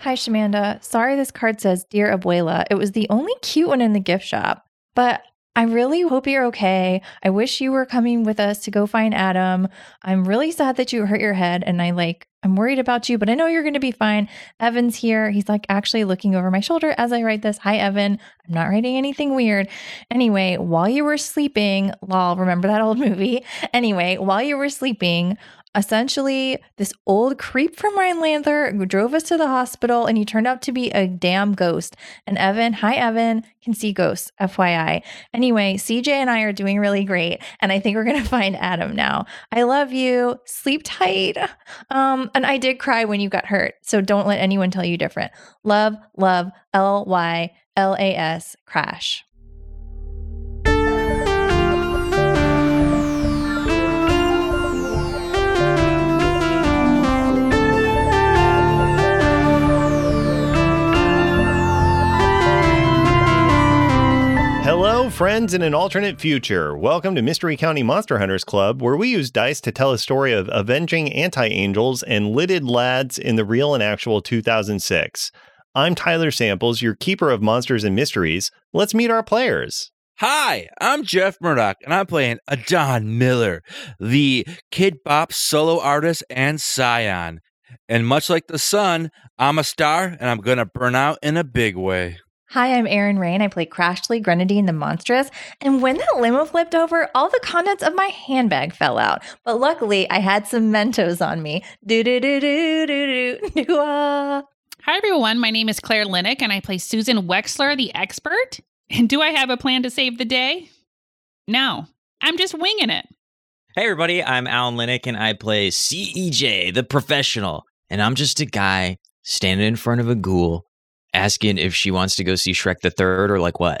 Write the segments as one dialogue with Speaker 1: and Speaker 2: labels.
Speaker 1: Hi, Shamanda. Sorry this card says Dear Abuela. It was the only cute one in the gift shop, but I really hope you're okay. I wish you were coming with us to go find Adam. I'm really sad that you hurt your head and I like, I'm worried about you, but I know you're going to be fine. Evan's here. He's like actually looking over my shoulder as I write this. Hi, Evan. I'm not writing anything weird. Anyway, while you were sleeping, lol, remember that old movie? Anyway, while you were sleeping, essentially this old creep from Rhinelander drove us to the hospital and he turned out to be a damn ghost. And Evan, hi Evan, can see ghosts, FYI. Anyway, CJ and I are doing really great and I think we're going to find Adam now. I love you. Sleep tight. Um and I did cry when you got hurt, so don't let anyone tell you different. Love, love, L Y L A S crash.
Speaker 2: Hello, friends in an alternate future. Welcome to Mystery County Monster Hunters Club, where we use dice to tell a story of avenging anti angels and lidded lads in the real and actual 2006. I'm Tyler Samples, your keeper of monsters and mysteries. Let's meet our players.
Speaker 3: Hi, I'm Jeff Murdoch, and I'm playing Adon Miller, the Kid Bop solo artist and scion. And much like the sun, I'm a star, and I'm gonna burn out in a big way.
Speaker 1: Hi, I'm Erin Rain. I play Crashly, Grenadine the Monstrous. And when that limo flipped over, all the contents of my handbag fell out. But luckily, I had some Mentos on me. Do do do do do do do. ah.
Speaker 4: Hi, everyone. My name is Claire Linick, and I play Susan Wexler, the expert. And do I have a plan to save the day? No, I'm just winging it.
Speaker 5: Hey everybody, I'm Alan Linick and I play CEJ, the professional. And I'm just a guy standing in front of a ghoul asking if she wants to go see Shrek the 3rd or like what.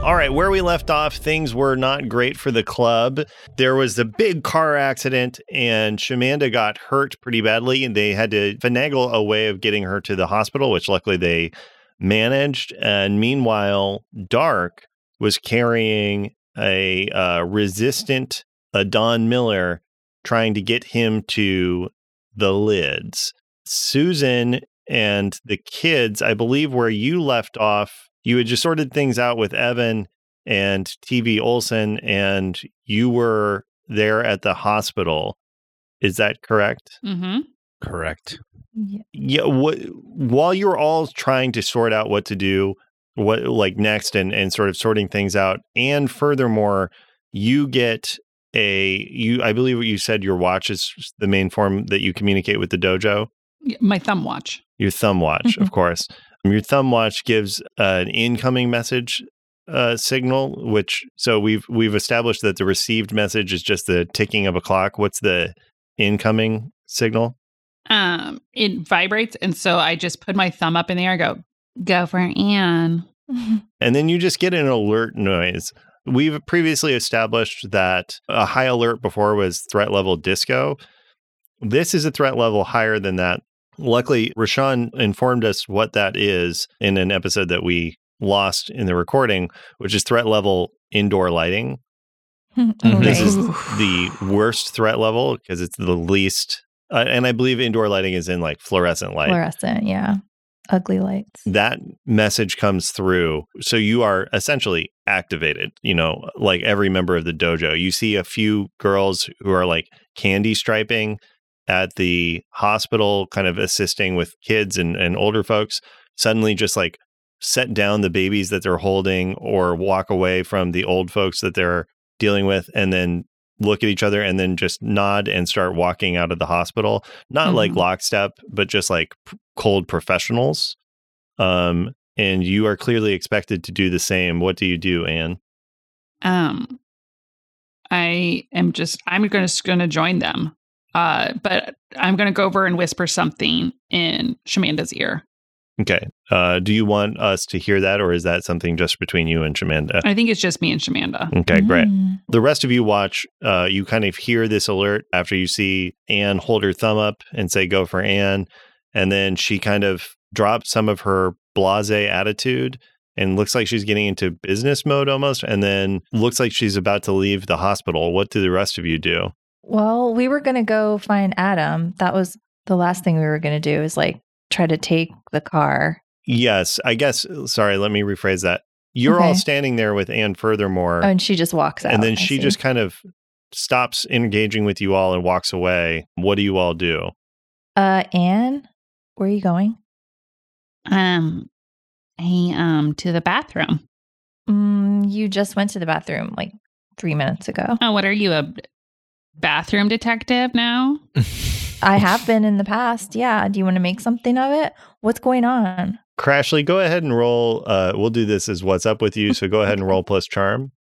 Speaker 2: All right, where we left off, things were not great for the club. There was a big car accident, and Shamanda got hurt pretty badly, and they had to finagle a way of getting her to the hospital, which luckily they managed. And meanwhile, Dark was carrying a uh, resistant uh, Don Miller, trying to get him to the lids. Susan and the kids, I believe where you left off, you had just sorted things out with Evan and TV Olson, and you were there at the hospital. Is that correct?
Speaker 4: Mm-hmm.
Speaker 3: Correct.
Speaker 1: Yeah.
Speaker 2: Yeah. What while you were all trying to sort out what to do, what like next, and and sort of sorting things out, and furthermore, you get a you. I believe what you said. Your watch is the main form that you communicate with the dojo.
Speaker 4: My thumb watch.
Speaker 2: Your thumb watch, of course. Um, Your thumb watch gives uh, an incoming message uh, signal, which so we've we've established that the received message is just the ticking of a clock. What's the incoming signal?
Speaker 4: Um, it vibrates, and so I just put my thumb up in the air. and Go, go for Anne.
Speaker 2: And then you just get an alert noise. We've previously established that a high alert before was threat level disco. This is a threat level higher than that. Luckily, Rashawn informed us what that is in an episode that we lost in the recording, which is threat level indoor lighting.
Speaker 1: Oh,
Speaker 2: This
Speaker 1: right.
Speaker 2: is the worst threat level because it's the least, uh, and I believe indoor lighting is in like fluorescent light.
Speaker 1: Fluorescent, yeah. Ugly lights.
Speaker 2: that message comes through. So you are essentially activated, you know, like every member of the dojo. You see a few girls who are like candy striping at the hospital, kind of assisting with kids and, and older folks, suddenly just like set down the babies that they're holding or walk away from the old folks that they're dealing with and then look at each other and then just nod and start walking out of the hospital. Not like
Speaker 4: Mhm.
Speaker 2: lockstep, but just like p- cold professionals. Um, and you are clearly expected to do the same. What do you do, Anne?
Speaker 4: Um, I am just I'm gonna- just going to join them, uh, but I'm going to go over and whisper something in Shamanda's ear.
Speaker 2: Okay. Uh, do you want us to hear that, or is that something just between you and Shamanda?
Speaker 4: I think it's just me and Shamanda.
Speaker 2: Okay, great.
Speaker 1: Mm.
Speaker 2: the rest of you watch uh, you kind of hear this alert after you see anne hold her thumb up and say go for anne and then she kind of drops some of her blase attitude and looks like she's getting into business mode almost and then looks like she's about to leave the hospital what do the rest of you do
Speaker 1: Well, we were going to go find Adam. That was the last thing we were going to do is like try to take the car.
Speaker 2: yes i guess sorry let me rephrase that you're all
Speaker 1: Okay.
Speaker 2: standing there with anne furthermore
Speaker 1: Oh, and she just walks out.
Speaker 2: and then
Speaker 1: I
Speaker 2: she
Speaker 1: see.
Speaker 2: just kind of stops engaging with you all and walks away what do you all do
Speaker 1: Uh, Anne, where are you going?
Speaker 4: Um, I um to the bathroom.
Speaker 1: Mm, you just went to the bathroom like three minutes ago.
Speaker 4: Oh, what are you a bathroom detective now?
Speaker 1: I have been in the past. Yeah. Do you want to make something of it? What's going on?
Speaker 2: Crashly, go ahead and roll. Uh, we'll do this as what's up with you. So go ahead and roll plus charm.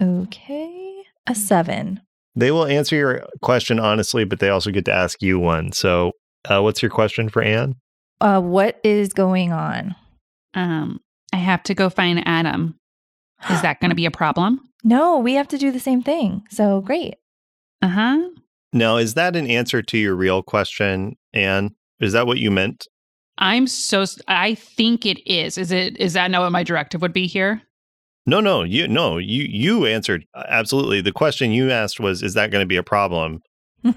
Speaker 1: Okay. A seven.
Speaker 2: They will answer your question honestly, but they also get to ask you one. So, uh, what's your question for Anne?
Speaker 1: Uh, what is going on?
Speaker 4: Um, I have to go find Adam. Is that going to be a problem?
Speaker 1: No, we have to do the same thing. So great.
Speaker 4: Uh
Speaker 2: Uh-huh.
Speaker 4: huh.
Speaker 2: Now, is that an answer to your real question, Anne? Is that what you meant?
Speaker 4: I'm so. s- I think it is. Is it? Is that not what my directive would be here?
Speaker 2: No, no, you no, you you answered uh, absolutely. The question you asked was, is that going to be a problem?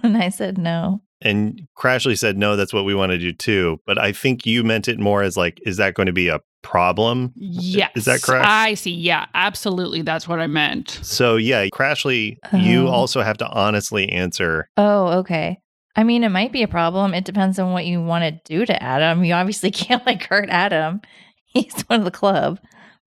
Speaker 1: and I said no.
Speaker 2: And Crashly said, no, that's what we want to do too. But I think you meant it more as like, is that going to be a problem?
Speaker 4: Yes.
Speaker 2: Is that correct?
Speaker 4: I see. Yeah, absolutely. That's what I meant.
Speaker 2: So yeah, Crashly, you
Speaker 1: Oh.
Speaker 2: also have to honestly answer
Speaker 1: Oh, okay. I mean, it might be a problem. It depends on what you want to do to Adam. You obviously can't like hurt Adam. He's one of the club.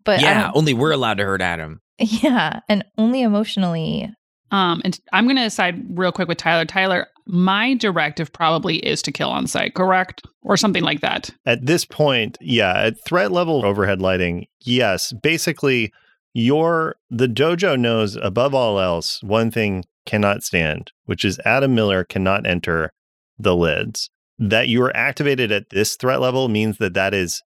Speaker 1: But um, I
Speaker 5: yeah,
Speaker 1: don't-
Speaker 5: only we're allowed to hurt Adam.
Speaker 1: yeah, and only emotionally.
Speaker 4: Um, and I'm going to side real quick with Tyler. Tyler, my directive probably is to kill on site, correct, or something like that.
Speaker 2: At this point, yeah, at threat level overhead lighting, yes, basically your the dojo knows above all else one thing cannot stand, which is Adam Miller cannot enter the lids. That you are activated at this threat level means that that is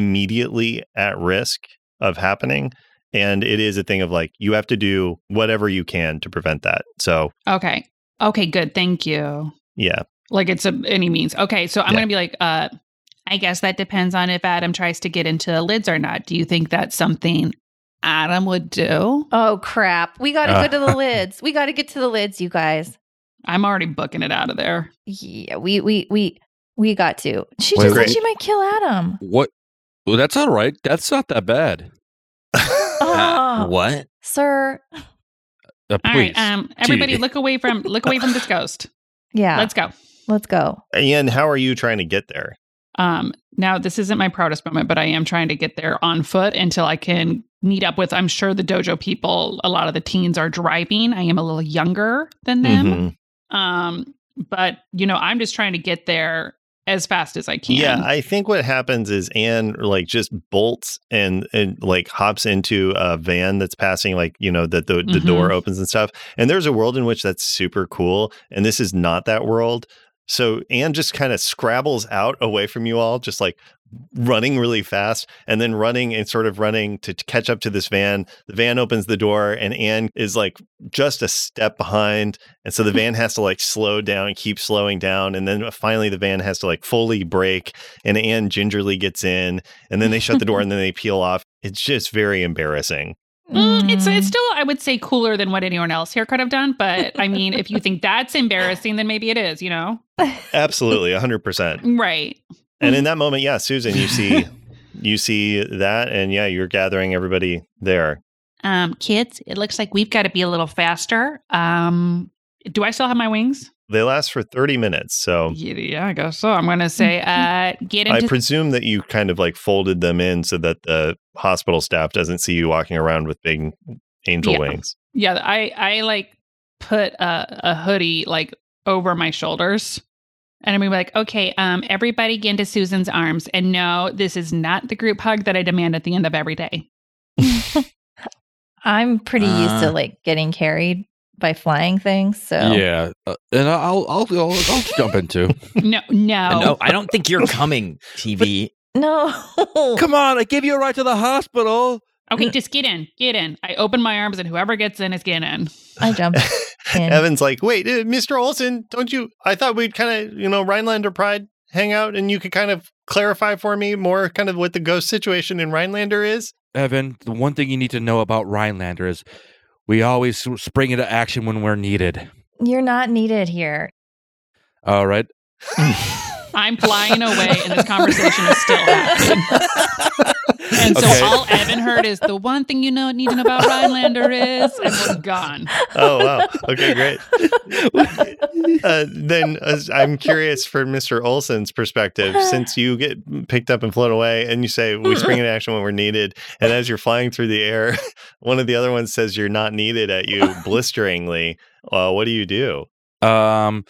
Speaker 2: immediately at risk of happening and it is a thing of like you have to do whatever you can to prevent that. So,
Speaker 4: Okay. Okay. Good. Thank you.
Speaker 2: yeah.
Speaker 4: Like it's a, any means. Okay. So I'm
Speaker 2: Yeah.
Speaker 4: going to be like, uh, I guess that depends on if Adam tries to get into the lids or not. Do you think that's something Adam would do?
Speaker 1: Oh, crap. We got to
Speaker 3: Uh.
Speaker 1: go to the lids. We got to get to the lids, you guys.
Speaker 4: I'm already booking it out of there.
Speaker 1: Yeah, we, we, we, we got to. She
Speaker 3: Wait,
Speaker 1: just
Speaker 2: wait.
Speaker 1: said she might kill Adam.
Speaker 3: What? Well, that's all right. That's not that bad.
Speaker 5: Uh,
Speaker 1: Oh,
Speaker 5: what?
Speaker 1: sir.
Speaker 3: Uh,
Speaker 4: All
Speaker 3: please.
Speaker 4: right. Um, everybody,
Speaker 3: Gee.
Speaker 4: look away from look away from this ghost.
Speaker 1: Yeah.
Speaker 4: Let's go.
Speaker 1: Let's go.
Speaker 2: Ian, how are you trying to get there?
Speaker 4: Um, now this isn't my proudest moment, but I am trying to get there on foot until I can meet up with. I'm sure the dojo people. A lot of the teens are driving. I am a little younger than them.
Speaker 2: Mhm.
Speaker 4: Um, but you know, I'm just trying to get there as fast as I can.
Speaker 2: Yeah, I think what happens is Anne like just bolts and and like hops into a van that's passing, like you know that the the
Speaker 4: Mhm.
Speaker 2: door opens and stuff. And there's a world in which that's super cool, and this is not that world. So Anne just kind of scrabbles out away from you all, just like running really fast, and then running and sort of running to, to catch up to this van. The van opens the door, and Anne is like just a step behind. And so the van has to like slow down, keep slowing down. And then uh, finally the van has to like fully brake. And Anne gingerly gets in. And then they shut the door and then they peel off. It's just very embarrassing.
Speaker 4: Mm, it's
Speaker 1: Mm.
Speaker 4: it's still I would say cooler than what anyone else here could have done, but I mean if you think that's embarrassing, then maybe it is, you know?
Speaker 1: Mm.
Speaker 2: Absolutely, 100%.
Speaker 4: Right.
Speaker 2: And in that moment, yeah, Susan, you see you see that and yeah, you're gathering everybody there.
Speaker 4: Um, kids, it looks like we've got to be a little faster. Um, do I still have my wings?
Speaker 2: They last for 30 minutes. So
Speaker 4: Yeah, yeah, I guess so. I'm going to say, uh, get
Speaker 2: Oh. I
Speaker 4: into
Speaker 2: presume that you kind of like folded them in so that the hospital staff doesn't see you walking around with big angel
Speaker 4: Yeah.
Speaker 2: wings.
Speaker 4: Yeah, I I like put a, a hoodie like over my shoulders. And I'm gonna be like, okay, um, everybody get into Susan's arms. And no, this is not the group hug that I demand at the end of every day.
Speaker 1: I'm pretty used
Speaker 3: Uh.
Speaker 1: to like getting carried by flying things. So
Speaker 3: Yeah, uh, and I'll I'll I'll, I'll jump into.
Speaker 4: No, no.
Speaker 5: No, I don't think you're coming, TV.
Speaker 1: no.
Speaker 3: Come on, I give you a ride to the hospital.
Speaker 4: Okay, just get in, get in. I open my arms and whoever gets in is getting in.
Speaker 1: I jump. Mm-hmm. And-
Speaker 2: Evan's like, wait, uh, Mr. Olson, don't you? I thought we'd kind of, you know, Rhinelander Pride hang out and you could kind of clarify for me more kind of what the ghost situation in Rhinelander is.
Speaker 3: Evan, the one thing you need to know about Rhinelander is we always s- spring into action when we're needed.
Speaker 1: You're not needed here.
Speaker 3: All right.
Speaker 4: I'm flying away and this conversation is still happening. And so
Speaker 3: Okay.
Speaker 4: all Evan heard is the one thing you know need to know about Rhinelander is and was gone.
Speaker 2: Oh, wow. Okay, great. Uh, then uh, I'm curious for Mr. Olson's perspective, since you get picked up and flown away, and you say we
Speaker 1: Hmm.
Speaker 2: spring into action when we're needed, and as you're flying through the air, one of the other ones says you're not needed at you blisteringly. Uh, what do you do?
Speaker 3: Um,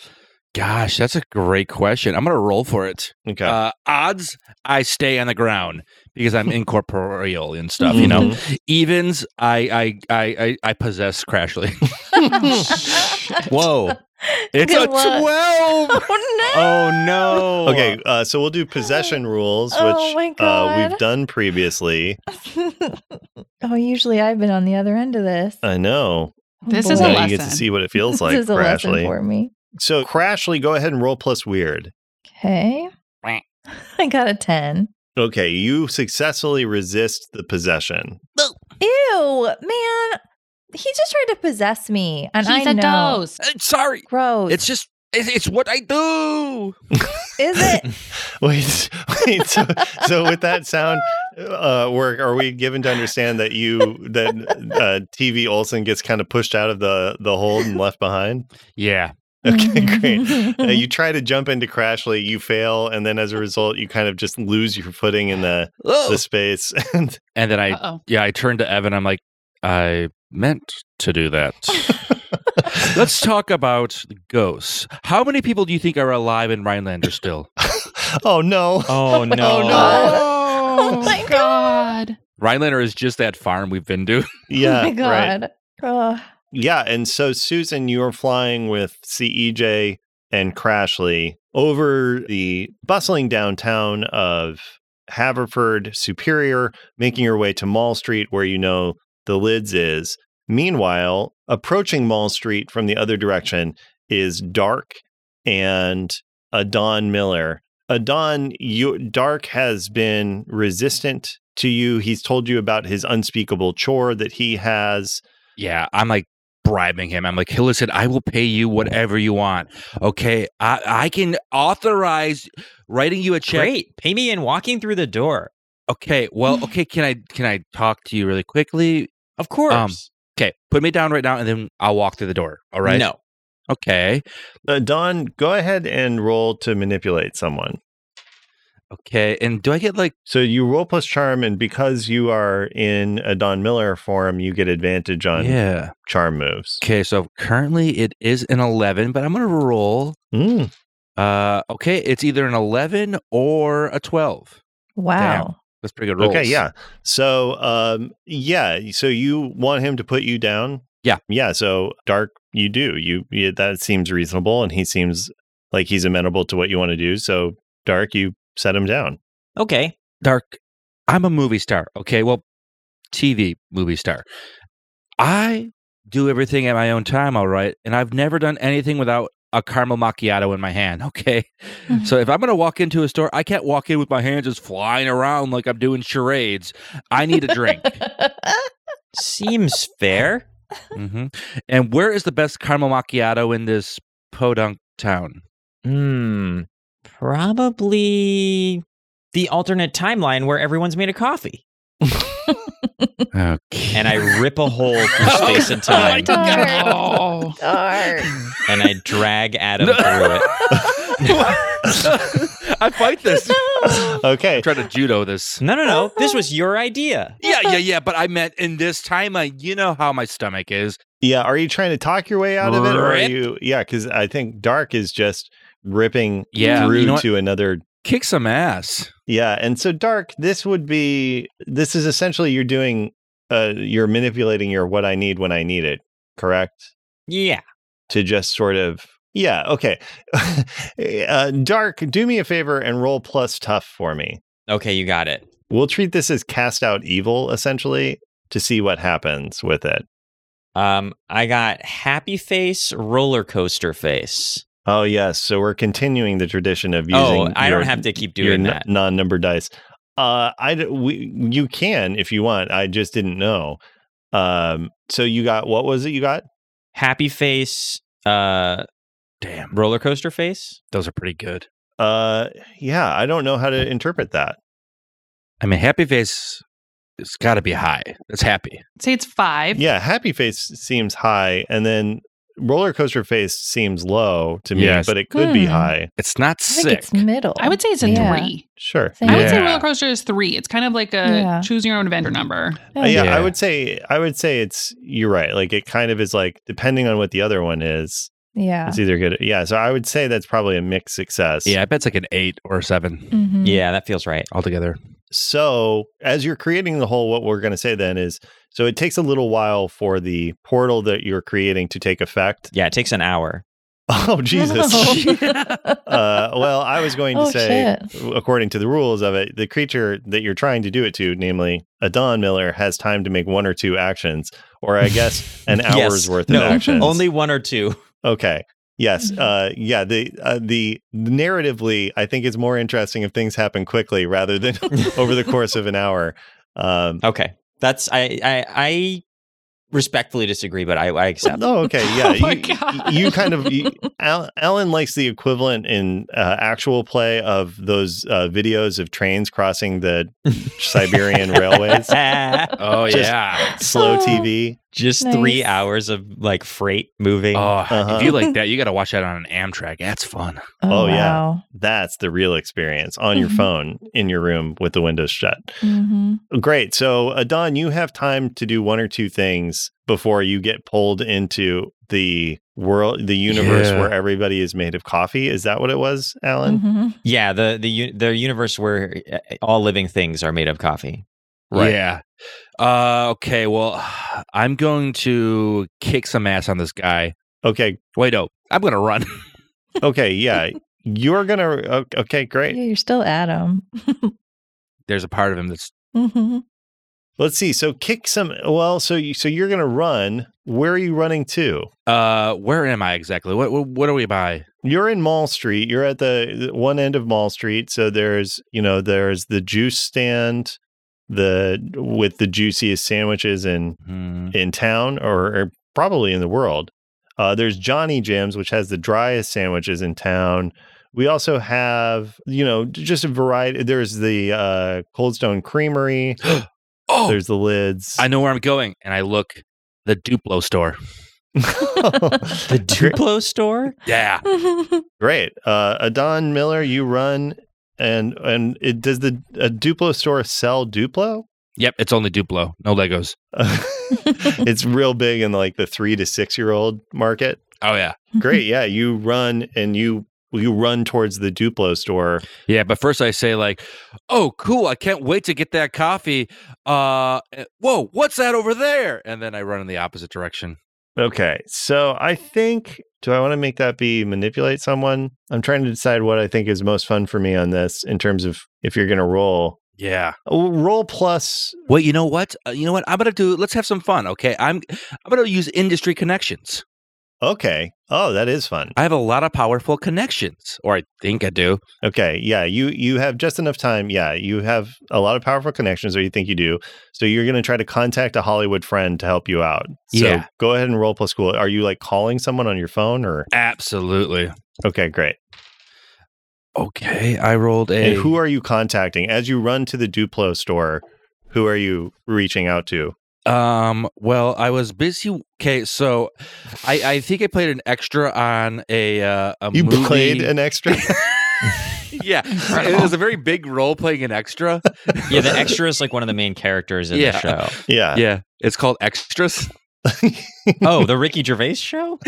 Speaker 3: gosh, that's a great question. I'm gonna roll for it.
Speaker 2: Okay,
Speaker 3: Uh, odds, I stay on the ground because I'm incorporeal and stuff. You know, evens, I I I I, I possess Crashly. Whoa, it's a
Speaker 1: Good luck.
Speaker 3: twelve.
Speaker 1: Oh no.
Speaker 3: Oh no.
Speaker 2: okay. Uh, so we'll do possession rules, which
Speaker 1: Oh my
Speaker 2: uh,
Speaker 1: God.
Speaker 2: we've done previously.
Speaker 1: oh, usually I've been on the other end of this.
Speaker 3: Uh,
Speaker 1: Oh,
Speaker 2: I know.
Speaker 4: This is a
Speaker 2: now
Speaker 4: lesson.
Speaker 2: you get to see what it feels like,
Speaker 1: this is a
Speaker 2: Crashly.
Speaker 1: lesson for me.
Speaker 2: So, Crashly, go ahead and roll plus weird.
Speaker 1: Okay. I got a 10.
Speaker 2: Okay, you successfully resist the possession.
Speaker 1: Ew, man. He just tried to possess me. And
Speaker 4: He's
Speaker 1: I
Speaker 4: a
Speaker 1: know.
Speaker 4: ghost.
Speaker 3: Uh, sorry.
Speaker 1: Gross.
Speaker 3: It's just it's, it's what I do.
Speaker 1: is it?
Speaker 2: Wait, wait. So, so with that sound uh, work, are we given to understand that you that uh, TV Olson gets kind of pushed out of the the hold and left behind?
Speaker 3: Yeah.
Speaker 2: Okay, great.
Speaker 1: Mm-hmm.
Speaker 2: Uh, you try to jump into Crashly, you fail, and then as a result, you kind of just lose your footing in the
Speaker 3: Oh.
Speaker 2: the space. And
Speaker 3: And then I
Speaker 4: Uh oh.
Speaker 3: yeah, I turned to Evan. I'm like, I meant to do that. Let's talk about ghosts. How many people do you think are alive in Rhinelander still?
Speaker 2: oh no!
Speaker 5: Oh no.
Speaker 2: no.
Speaker 1: Oh my
Speaker 4: God.
Speaker 3: Rhinelander is just that farm we've been to.
Speaker 2: Yeah,
Speaker 1: oh my
Speaker 2: right.
Speaker 1: god. Ugh.
Speaker 2: Yeah, and so Susan, you're flying with CEJ and Crashly over the bustling downtown of Haverford Superior, making your way to Mall Street, where you know the Lids is. Meanwhile, approaching Mall Street from the other direction is Dark and Adon Miller. Adon, you, Dark has been resistant to you. He's told you about his unspeakable chore that he has.
Speaker 3: Yeah, I'm like bribing him. I'm like, hey, listen, I will pay you whatever you want. Okay, I, I can authorize writing you a check.
Speaker 5: Great. Pay me in walking through the door.
Speaker 3: Okay, well, okay, can I can I talk to you really quickly?
Speaker 5: Of course.
Speaker 3: Um, Okay, put me down right now, and then I'll walk through the door. All right.
Speaker 5: No.
Speaker 3: Okay.
Speaker 2: Uh, Don, go ahead and roll to manipulate someone.
Speaker 3: Okay. And do I get like?
Speaker 2: So you roll plus charm, and because you are in a Don Miller form, you get advantage on
Speaker 3: Yeah.
Speaker 2: charm moves.
Speaker 3: Okay. So currently it is an eleven, but I'm gonna roll.
Speaker 2: Mm.
Speaker 3: Uh. Okay. It's either an eleven or a twelve.
Speaker 1: Wow.
Speaker 3: That's pretty good rolls.
Speaker 2: Okay, yeah. So, um, yeah. So you want him to put you down?
Speaker 3: Yeah.
Speaker 2: yeah. So dark, you do. You, you that seems reasonable, and he seems like he's amenable to what you want to do. So dark, you set him down.
Speaker 5: Okay.
Speaker 3: Dark. I'm a movie star. Okay. Well, TV movie star. I do everything at my own time. All right. And I've never done anything without a caramel macchiato in my hand. Okay.
Speaker 2: Mm-hmm.
Speaker 3: So if I'm gonna walk into a store, I can't walk in with my hands just flying around like I'm doing charades. I need a drink.
Speaker 5: Seems fair.
Speaker 3: hmm And where is the best caramel macchiato in this podunk town?
Speaker 5: Hmm. Probably the alternate timeline where everyone's made a coffee.
Speaker 3: Okay.
Speaker 5: and I rip a hole through space and time,
Speaker 4: Oh,
Speaker 1: Darn.
Speaker 5: and I drag Adam through it.
Speaker 3: I fight this.
Speaker 2: Okay.
Speaker 3: Try to judo this.
Speaker 5: No, no, no. This was your idea.
Speaker 3: Yeah, yeah, yeah. But I meant in this time, I, you know how my stomach is.
Speaker 2: Yeah. Are you trying to talk your way out of it? Or are
Speaker 3: Rip.
Speaker 2: you, yeah, because I think dark is just ripping
Speaker 3: Yeah, you
Speaker 2: through
Speaker 3: know what?
Speaker 2: to another.
Speaker 3: Kick some ass.
Speaker 2: Yeah. And so dark, this would be, this is essentially you're doing, uh, you're manipulating your what I need when I need it, correct?
Speaker 5: Yeah.
Speaker 2: to just sort of yeah okay uh, dark do me a favor and roll plus tough for me
Speaker 5: Okay, you got it.
Speaker 2: we'll treat this as cast out evil essentially to see what happens with it
Speaker 5: Um, I got happy face, roller coaster face.
Speaker 2: oh yes so we're continuing the tradition of using
Speaker 5: Oh, I
Speaker 2: your-
Speaker 5: don't have to keep
Speaker 2: your
Speaker 5: doing
Speaker 2: n-
Speaker 5: that.
Speaker 2: non-number dice uh i d- we, you can if you want i just didn't know um so you got what was it you got
Speaker 5: Happy face, uh,
Speaker 3: Damn,
Speaker 5: roller coaster face.
Speaker 3: those are pretty good.
Speaker 2: uh yeah i don't know how to interpret that
Speaker 3: I mean, happy face. It's got to be high. It's happy.
Speaker 4: say it's five.
Speaker 2: Yeah, happy face seems high, and then roller coaster face seems low to me,
Speaker 3: Yes.
Speaker 2: but it could be
Speaker 1: Hmm.
Speaker 2: high.
Speaker 3: It's not
Speaker 1: I think
Speaker 3: sick.
Speaker 1: it's middle.
Speaker 4: I would say it's a
Speaker 1: Yeah.
Speaker 4: three.
Speaker 2: Sure.
Speaker 1: Same.
Speaker 4: I would say
Speaker 3: Yeah.
Speaker 4: roller coaster is three. It's kind of like a
Speaker 1: Yeah.
Speaker 4: choose your own adventure number.
Speaker 2: Uh, Yeah,
Speaker 3: Yeah.
Speaker 2: I would say I would say it's you're right. Like it kind of is like depending on what the other one is,
Speaker 1: Yeah.
Speaker 2: it's either good. Yeah, so I would say that's probably a mixed success.
Speaker 3: Yeah, I bet it's like an eight or a seven
Speaker 1: Mhm.
Speaker 5: Yeah, that feels right.
Speaker 3: altogether.
Speaker 2: So as you're creating the whole, what we're going to say then is, so it takes a little while for the portal that you're creating to take effect.
Speaker 5: Yeah, it takes an hour.
Speaker 2: Oh Jesus.
Speaker 1: Oh.
Speaker 2: uh, well, I was going to
Speaker 1: Oh,
Speaker 2: say, according to the rules of it, the creature that you're trying to do it to, namely a Don Miller, has time to make one or two actions, or I guess an
Speaker 5: Yes.
Speaker 2: hour's worth
Speaker 5: No,
Speaker 2: of actions.
Speaker 5: Only one or two.
Speaker 2: okay. Yes.
Speaker 4: Mm-hmm.
Speaker 2: Uh, yeah. The uh, the narratively, I think it's more interesting if things happen quickly rather than over the course of an hour. Um,
Speaker 5: Okay, that's I I, I respectfully disagree, but I, I accept.
Speaker 2: Oh, okay. Yeah.
Speaker 4: Oh my
Speaker 2: you,
Speaker 4: God.
Speaker 2: you kind of, you, Al- Alan likes the equivalent in uh, actual play of those uh, videos of trains crossing the Siberian railways,
Speaker 3: Oh
Speaker 2: Just-
Speaker 3: yeah.
Speaker 2: slow
Speaker 1: Oh.
Speaker 2: TV.
Speaker 5: Just three
Speaker 1: Nice.
Speaker 5: hours of like freight moving.
Speaker 3: Oh,
Speaker 2: Uh-huh.
Speaker 3: if you like that, you got to watch that on an Amtrak. That's fun.
Speaker 2: Oh, yeah.
Speaker 1: wow.
Speaker 2: That's the real experience on your
Speaker 4: Mm-hmm.
Speaker 1: Mhm.
Speaker 2: phone in your room with the windows shut.
Speaker 1: Mhm.
Speaker 2: Great. So, uh, Don, you have time to do one or two things before you get pulled into the world, the universe
Speaker 3: Yeah.
Speaker 2: where everybody is made of coffee. Is that what it was, Alan?
Speaker 1: Mhm.
Speaker 5: Yeah, the the u- the universe where uh, all living things are made of coffee.
Speaker 2: Right.
Speaker 3: Yeah. Uh, okay. Well, I'm going to kick some ass on this guy.
Speaker 2: Okay.
Speaker 3: Wait, no, I'm going to run.
Speaker 2: Okay. Yeah. You're going to, okay, great.
Speaker 1: Yeah, you're still Adam.
Speaker 3: There's a part of him that's
Speaker 1: Mhm.
Speaker 2: Let's see. So kick some. Well, so you, so you're gonna run. Where are you running to?
Speaker 3: uh, where am I exactly? What what, what are we by?
Speaker 2: You're in Mall Street. You're at the the one end of Mall Street. So there's you know there's the juice stand, the with the juiciest sandwiches in
Speaker 3: Hmm.
Speaker 2: in town or, or probably in the world. Uh, there's Johnny Jim's, which has the driest sandwiches in town. We also have, you know, just a variety. There's the uh, Cold Stone Creamery.
Speaker 3: Oh,
Speaker 2: There's the lids.
Speaker 3: I know where I'm going, and I look the Duplo store.
Speaker 5: The Duplo store.
Speaker 3: Yeah.
Speaker 2: Great. Uh, Adon Miller, you run and and it does the a Duplo store sell Duplo?
Speaker 3: Yep. It's only Duplo, no Legos.
Speaker 2: it's real big in like the three to six year old market.
Speaker 3: Oh yeah.
Speaker 2: Great. Yeah, you run and you you run towards the Duplo store.
Speaker 3: Yeah, but first I say like, "Oh, cool! I can't wait to get that coffee." Uh, eh, whoa, what's that over there? And then I run in the opposite direction.
Speaker 2: Okay, so I think do I want to make that be manipulate someone? I'm trying to decide what I think is most fun for me on this in terms of if you're going to roll.
Speaker 3: Yeah.
Speaker 2: Oh, Roll plus
Speaker 3: Well, you know what? Uh, you know what? I'm gonna do. Let's have some fun, okay? I'm I'm gonna use industry connections.
Speaker 2: Okay. Oh, that is fun.
Speaker 3: I have a lot of powerful connections, or I think I do.
Speaker 2: Okay, yeah, you you have just enough time. Yeah, you have a lot of powerful connections, or you think you do. So you're going to try to contact a Hollywood friend to help you out. So
Speaker 3: Yeah.
Speaker 2: go ahead and roll plus cool. Are you like calling someone on your phone or?
Speaker 3: Absolutely.
Speaker 2: Okay, great.
Speaker 3: Okay, I rolled a.
Speaker 2: And who are you contacting as you run to the Duplo store? Who are you reaching out to?
Speaker 3: Um. Well, I was busy. Okay, so I I think I played an extra on a uh, a
Speaker 2: You
Speaker 3: movie.
Speaker 2: played an extra.
Speaker 3: yeah, it was a very big role playing an extra.
Speaker 5: Yeah, the extra is like one of the main characters in
Speaker 3: Yeah.
Speaker 5: the show.
Speaker 2: yeah.
Speaker 3: yeah, it's called extras.
Speaker 5: Oh, the Ricky Gervais show?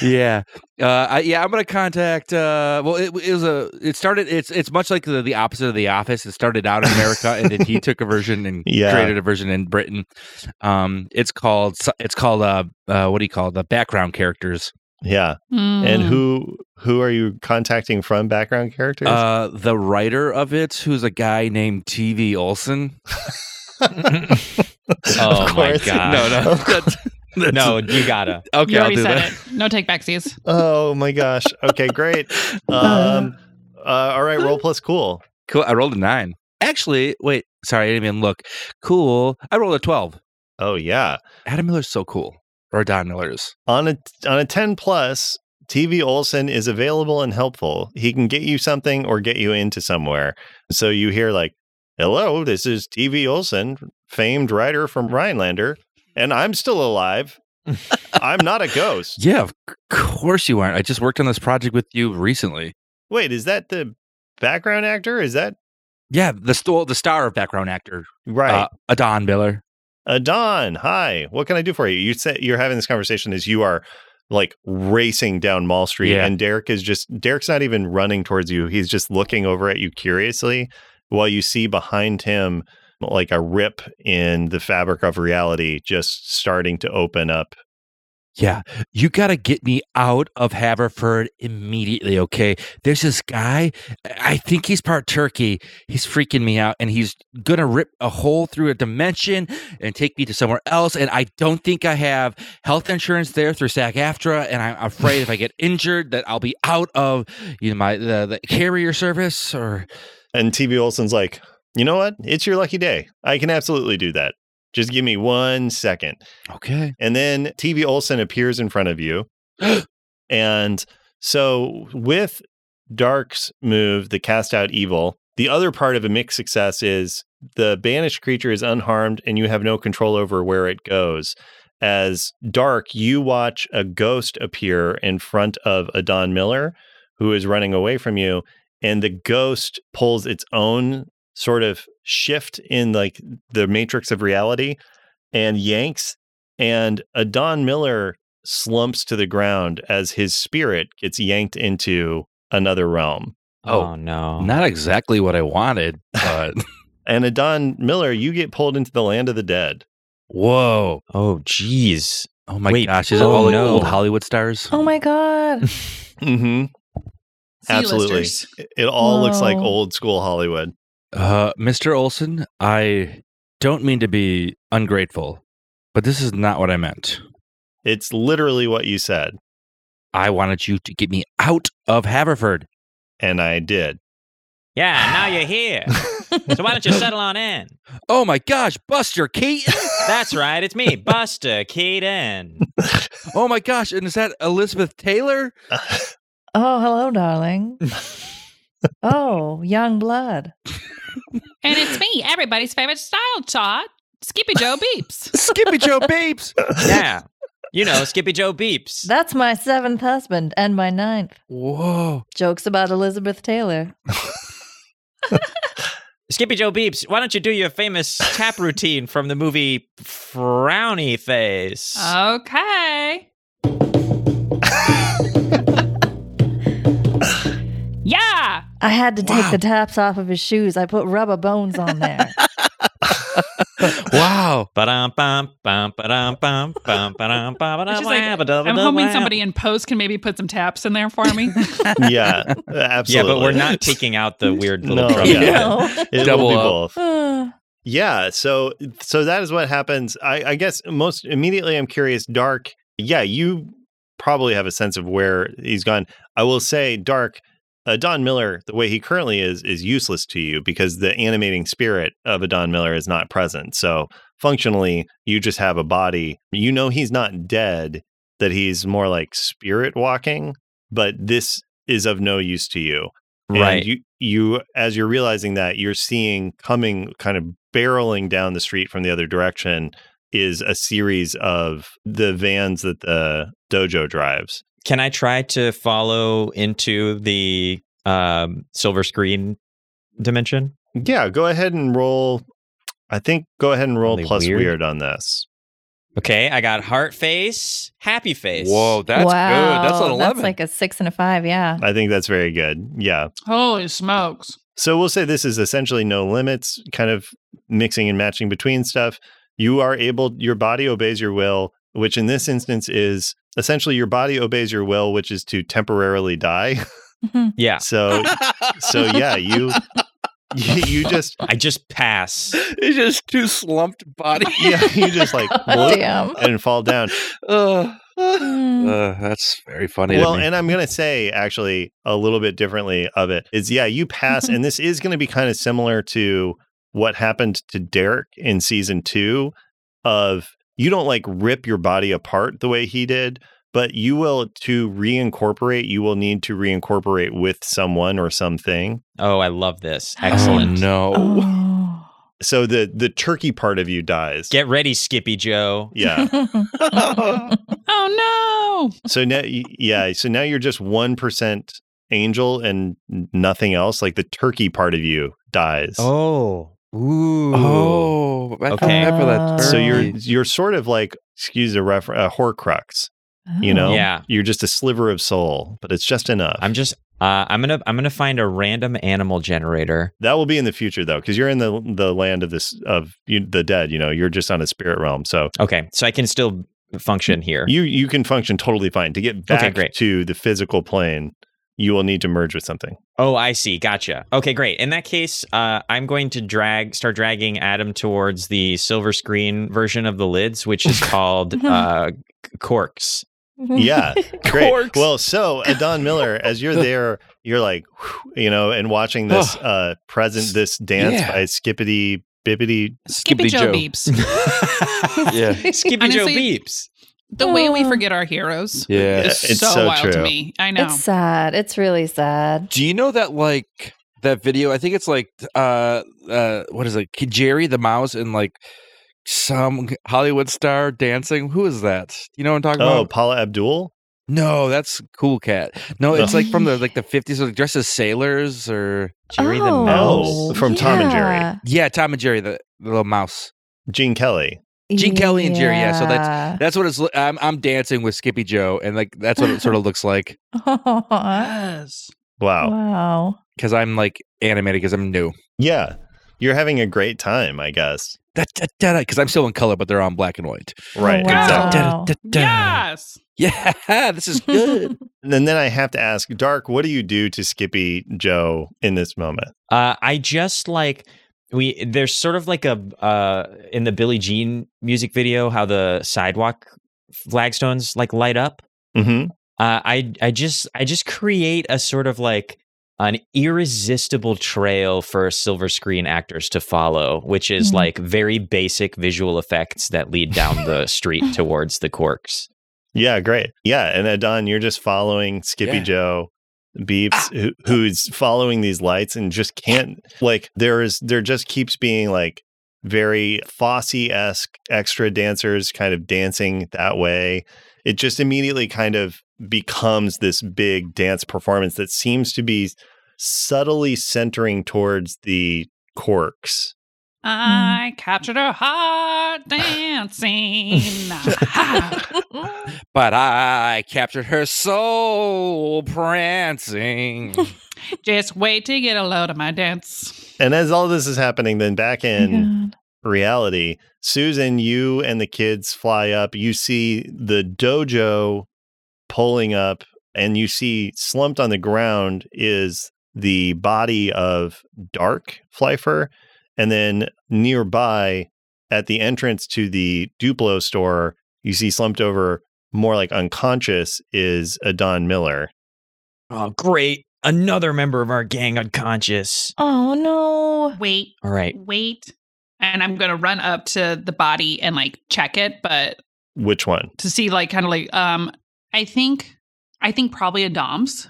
Speaker 3: yeah, uh, I, yeah. I'm gonna contact. Uh, well, it, it was a. It started. It's it's much like the, the opposite of the Office. It started out in America, and then he took a version and
Speaker 2: Yeah.
Speaker 3: created a version in Britain. Um, it's called. It's called. Uh, uh, what do you call it? the background characters?
Speaker 2: Yeah.
Speaker 4: Hmm.
Speaker 2: And who who are you contacting from background characters?
Speaker 3: Uh, the writer of it, who's a guy named TV Olson.
Speaker 5: Oh
Speaker 2: Of
Speaker 5: my
Speaker 2: course.
Speaker 5: god.
Speaker 3: no, no,
Speaker 2: Of course.
Speaker 3: that's- that's-
Speaker 5: No, you gotta.
Speaker 3: Okay,
Speaker 4: you
Speaker 3: I'll
Speaker 4: already
Speaker 3: do
Speaker 4: said
Speaker 3: that.
Speaker 4: it. No take backsies.
Speaker 2: oh my gosh. Okay, great. Um uh, all right, roll plus cool.
Speaker 3: Cool. I rolled a nine. Actually, wait. Sorry, I didn't even look. Cool. I rolled a twelve.
Speaker 2: Oh yeah.
Speaker 3: Adam Miller's so cool, or Don Miller's.
Speaker 2: On a on a 10 plus, TV Olson is available and helpful. He can get you something or get you into somewhere. So you hear like, "Hello, this is TV Olson, famed writer from Rhinelander, and I'm still alive. I'm not a ghost."
Speaker 3: Yeah, of c- course you aren't. I just worked on this project with you recently.
Speaker 2: Wait, is that the background actor? Is that
Speaker 3: Yeah, the st- the star of background actor,
Speaker 2: right?
Speaker 3: uh, a Don Miller.
Speaker 2: Uh, Don, hi. What can I do for you? You said you're having this conversation as you are like racing down Mall Street,
Speaker 3: Yeah.
Speaker 2: and Derek is just Derek's not even running towards you. He's just looking over at you curiously while you see behind him like a rip in the fabric of reality just starting to open up.
Speaker 3: Yeah, you got to get me out of Haverford immediately, okay? There's this guy, I think he's part turkey. He's freaking me out and he's going to rip a hole through a dimension and take me to somewhere else. And I don't think I have health insurance there through SAG AFTRA. And I'm afraid if I get injured, that I'll be out of you know, my the, the carrier service or.
Speaker 2: And TV Olson's like, you know what? It's your lucky day. I can absolutely do that. Just give me one second.
Speaker 3: Okay.
Speaker 2: And then TV Olson appears in front of you. and so with Dark's move, the cast out evil, the other part of a mixed success is the banished creature is unharmed and you have no control over where it goes. As Dark, you watch a ghost appear in front of a Don Miller who is running away from you. And the ghost pulls its own sort of shift in like the matrix of reality and yanks and a Don Miller slumps to the ground as his spirit gets yanked into another realm.
Speaker 3: Oh,
Speaker 5: Oh, no.
Speaker 3: Not exactly what I wanted, but
Speaker 2: And a Don Miller, you get pulled into the land of the dead.
Speaker 3: whoa.
Speaker 5: Oh jeez.
Speaker 3: Oh my
Speaker 5: Wait,
Speaker 3: gosh. Is it
Speaker 5: oh
Speaker 3: all the
Speaker 5: no.
Speaker 3: old Hollywood stars?
Speaker 1: Oh my God.
Speaker 2: Mm-hmm. Absolutely.
Speaker 4: C-listers.
Speaker 2: It all looks like
Speaker 1: Whoa.
Speaker 2: old school Hollywood.
Speaker 3: Uh, Mr. Olson, I don't mean to be ungrateful, but this is not what I meant.
Speaker 2: It's literally what you said.
Speaker 3: I wanted you to get me out of Haverford.
Speaker 2: And I did.
Speaker 5: Yeah, now you're here. So why don't you settle on in?
Speaker 3: Oh my gosh, Buster Keaton!
Speaker 5: That's right, it's me, Buster Keaton.
Speaker 3: oh my gosh, and is that Elizabeth Taylor?
Speaker 1: Oh, hello, darling. Oh, young blood.
Speaker 4: And it's me, everybody's favorite style chart, Skippy Joe Beeps.
Speaker 3: Skippy Joe Babes!
Speaker 5: Yeah. You know, Skippy Joe Beeps.
Speaker 1: That's my seventh husband and my ninth.
Speaker 3: Whoa.
Speaker 1: Jokes about Elizabeth Taylor.
Speaker 5: Skippy Joe Beeps, why don't you do your famous tap routine from the movie Frowny Face?
Speaker 4: Okay. yeah.
Speaker 1: I had to take
Speaker 3: Wow.
Speaker 1: the taps off of his shoes. I put rubber bones on there.
Speaker 3: Wow.
Speaker 5: Ba-dum, bum, bum, ba-dum, bum, bum, ba-dum, ba- ba-dum,
Speaker 4: It's just like,
Speaker 5: wah, ba-dum,
Speaker 4: I'm
Speaker 5: ba-dum,
Speaker 4: hoping
Speaker 5: wah.
Speaker 4: somebody in Pose can maybe put some taps in there for me.
Speaker 2: Yeah, absolutely.
Speaker 5: Yeah, but we're not taking out the weird little
Speaker 2: No.
Speaker 5: drum.
Speaker 2: Yeah.
Speaker 5: bit.
Speaker 2: It
Speaker 3: Double
Speaker 2: will be
Speaker 3: up.
Speaker 2: both.
Speaker 1: No.
Speaker 2: Yeah, so so that is what happens. I, I guess most immediately I'm curious, Dark. Yeah, you probably have a sense of where he's gone. I will say, Dark, uh, Don Miller, the way he currently is, is useless to you because the animating spirit of a Don Miller is not present. So functionally, you just have a body. You know he's not dead, that he's more like spirit walking, but this is of no use to you. And
Speaker 5: Right.
Speaker 2: You you as you're realizing that you're seeing coming kind of barreling down the street from the other direction is a series of the vans that the dojo drives.
Speaker 5: Can I try to follow into the um, silver screen dimension?
Speaker 2: Yeah, go ahead and roll. I think go ahead and roll
Speaker 5: Only
Speaker 2: plus
Speaker 5: weird.
Speaker 2: weird on this.
Speaker 5: Okay, I got heart face, happy face.
Speaker 3: Whoa, that's
Speaker 1: wow,
Speaker 3: good. That's an 11.
Speaker 1: That's like a six and a five. Yeah.
Speaker 2: I think that's very good. Yeah.
Speaker 4: Holy smokes.
Speaker 2: So we'll say this is essentially no limits, kind of mixing and matching between stuff. You are able, your body obeys your will, which in this instance is essentially your body obeys your will, which is to temporarily die.
Speaker 1: Mhm.
Speaker 5: Yeah,
Speaker 2: So, so yeah, you, you, you just,
Speaker 5: I just pass.
Speaker 3: it's just two slumped bodies.
Speaker 2: yeah, you just like look
Speaker 1: Damn.
Speaker 2: and fall down.
Speaker 3: Ugh.
Speaker 1: Mm.
Speaker 3: Uh, that's very funny.
Speaker 2: Well,
Speaker 3: to me.
Speaker 2: and I'm going to say actually a little bit differently of it is yeah, you pass, and this is going to be kind of similar to what happened to Derek in season two of you don't like rip your body apart the way he did, but you will to reincorporate, you will need to reincorporate with someone or something.
Speaker 5: Oh, I love this. Excellent.
Speaker 3: Oh, no.
Speaker 1: Oh.
Speaker 2: So the the turkey part of you dies.
Speaker 5: Get ready, Skippy Joe.
Speaker 2: yeah.
Speaker 4: Oh
Speaker 2: So now y- yeah, so now you're just 1% angel and n- nothing else. Like the turkey part of you dies.
Speaker 5: Oh. Ooh.
Speaker 3: Oh, I
Speaker 5: Okay.
Speaker 3: okay. For that
Speaker 1: Oh.
Speaker 2: So you're
Speaker 3: turkey.
Speaker 2: you're sort of like excuse the refer a Horcrux. You know,
Speaker 5: Hmm. Yeah.
Speaker 2: you're just a sliver of soul, but it's just enough.
Speaker 5: I'm just uh, I'm gonna I'm gonna find a random animal generator.
Speaker 2: that will be in the future though, because you're in the the land of this of you, the dead. You know, you're just on a spirit realm, so
Speaker 5: Okay, so I can still function here.
Speaker 2: you you can function totally fine. To get back
Speaker 5: great.
Speaker 2: to the physical plane, you will need to merge with something.
Speaker 5: oh, I see. Gotcha. Okay, great. In that case, uh, I'm going to drag start dragging Adam towards the silver screen version of the lids, which is called uh, corks.
Speaker 2: Yeah, great.
Speaker 3: Corks.
Speaker 2: Well, so uh, Don Miller, as you're there, you're like, whew, you know, and watching this uh present this dance
Speaker 3: Yeah.
Speaker 2: by Skippity Bibbity
Speaker 4: no.
Speaker 3: Skippity
Speaker 4: Skippy Joe, Beeps.
Speaker 3: yeah.
Speaker 5: Skippy Joe
Speaker 4: Honestly-
Speaker 5: beeps.
Speaker 4: The way we
Speaker 1: Oh.
Speaker 4: forget our heroes
Speaker 3: Yeah.
Speaker 4: is
Speaker 2: It's
Speaker 4: so,
Speaker 2: so
Speaker 4: wild to
Speaker 2: true.
Speaker 4: me. I know.
Speaker 1: It's sad. It's really sad.
Speaker 3: Do you know that like that video? I think it's like uh uh what is it? K- Jerry the mouse and like some Hollywood star dancing. Who is that? You know what I'm talking
Speaker 2: Oh,
Speaker 3: about?
Speaker 2: Paula Abdul.
Speaker 3: No, that's Cool Cat. No, it's like from the like the 50s. Like dressed as sailors or
Speaker 5: Jerry the
Speaker 1: Oh.
Speaker 5: mouse.
Speaker 2: Oh, from Tom and Jerry.
Speaker 1: Yeah.
Speaker 3: yeah, Tom and Jerry the, the little mouse.
Speaker 2: Gene Kelly.
Speaker 3: Gene Kelly and Jerry, yeah, so
Speaker 1: that's.
Speaker 3: That's what it's. li- I'm I'm dancing with Skippy Joe and like that's what it sort of looks like
Speaker 4: yes.
Speaker 2: Wow.
Speaker 1: wow.
Speaker 3: because I'm like animated because I'm new.
Speaker 2: Yeah. You're having a great time, I guess.
Speaker 3: That because I'm still in color, but they're on black and white.
Speaker 2: Right.
Speaker 1: Oh,
Speaker 4: wow.
Speaker 2: Exactly.
Speaker 1: Wow.
Speaker 3: Da-da-da-da.
Speaker 4: Yes.
Speaker 3: Yeah, this is good.
Speaker 2: And then I have to ask, Dark, what do you do to Skippy Joe in this moment?
Speaker 5: Uh, I just like we there's sort of like a uh in the Billie Jean music video how the sidewalk flagstones like light up.
Speaker 2: Mm-hmm.
Speaker 5: Uh, I I just I just create a sort of like an irresistible trail for silver screen actors to follow, which is
Speaker 1: Mhm.
Speaker 5: like very basic visual effects that lead down the street towards the corks.
Speaker 2: Yeah, great. Yeah. And Adon, you're just following Skippy
Speaker 3: Yeah.
Speaker 2: Joe Beeps, who, who's following these lights and just can't, like, there is, there just keeps being like very Fosse esque extra dancers kind of dancing that way. It just immediately kind of becomes this big dance performance that seems to be subtly centering towards the corks.
Speaker 4: I captured her heart dancing.
Speaker 3: But I captured her soul prancing.
Speaker 4: Just wait to get a load of my dance.
Speaker 2: And as all this is happening, then back in. reality. Susan, you and the kids fly up. You see the dojo pulling up, and you see slumped on the ground is the body of Dark Fleifer. And then nearby at the entrance to the Duplo store, you see slumped over, more like unconscious, is a Don Miller.
Speaker 5: Oh, great! Another member of our gang unconscious.
Speaker 1: Oh no.
Speaker 4: Wait,
Speaker 5: All right,
Speaker 4: wait. And I'm gonna run up to the body and like check it, but
Speaker 2: Which one?
Speaker 4: to see like kind of like um I think I think probably a Dom's.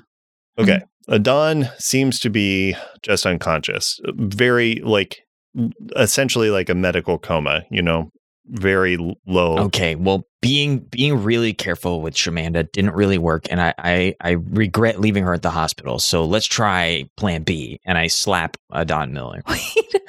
Speaker 2: Okay. Adon seems to be just unconscious, very like essentially like a medical coma, you know, very l- low.
Speaker 5: Okay, well, being being really careful with Shamanda didn't really work, and I, I I regret leaving her at the hospital. So let's try Plan B. And I slap uh, Don Miller.
Speaker 1: Wait.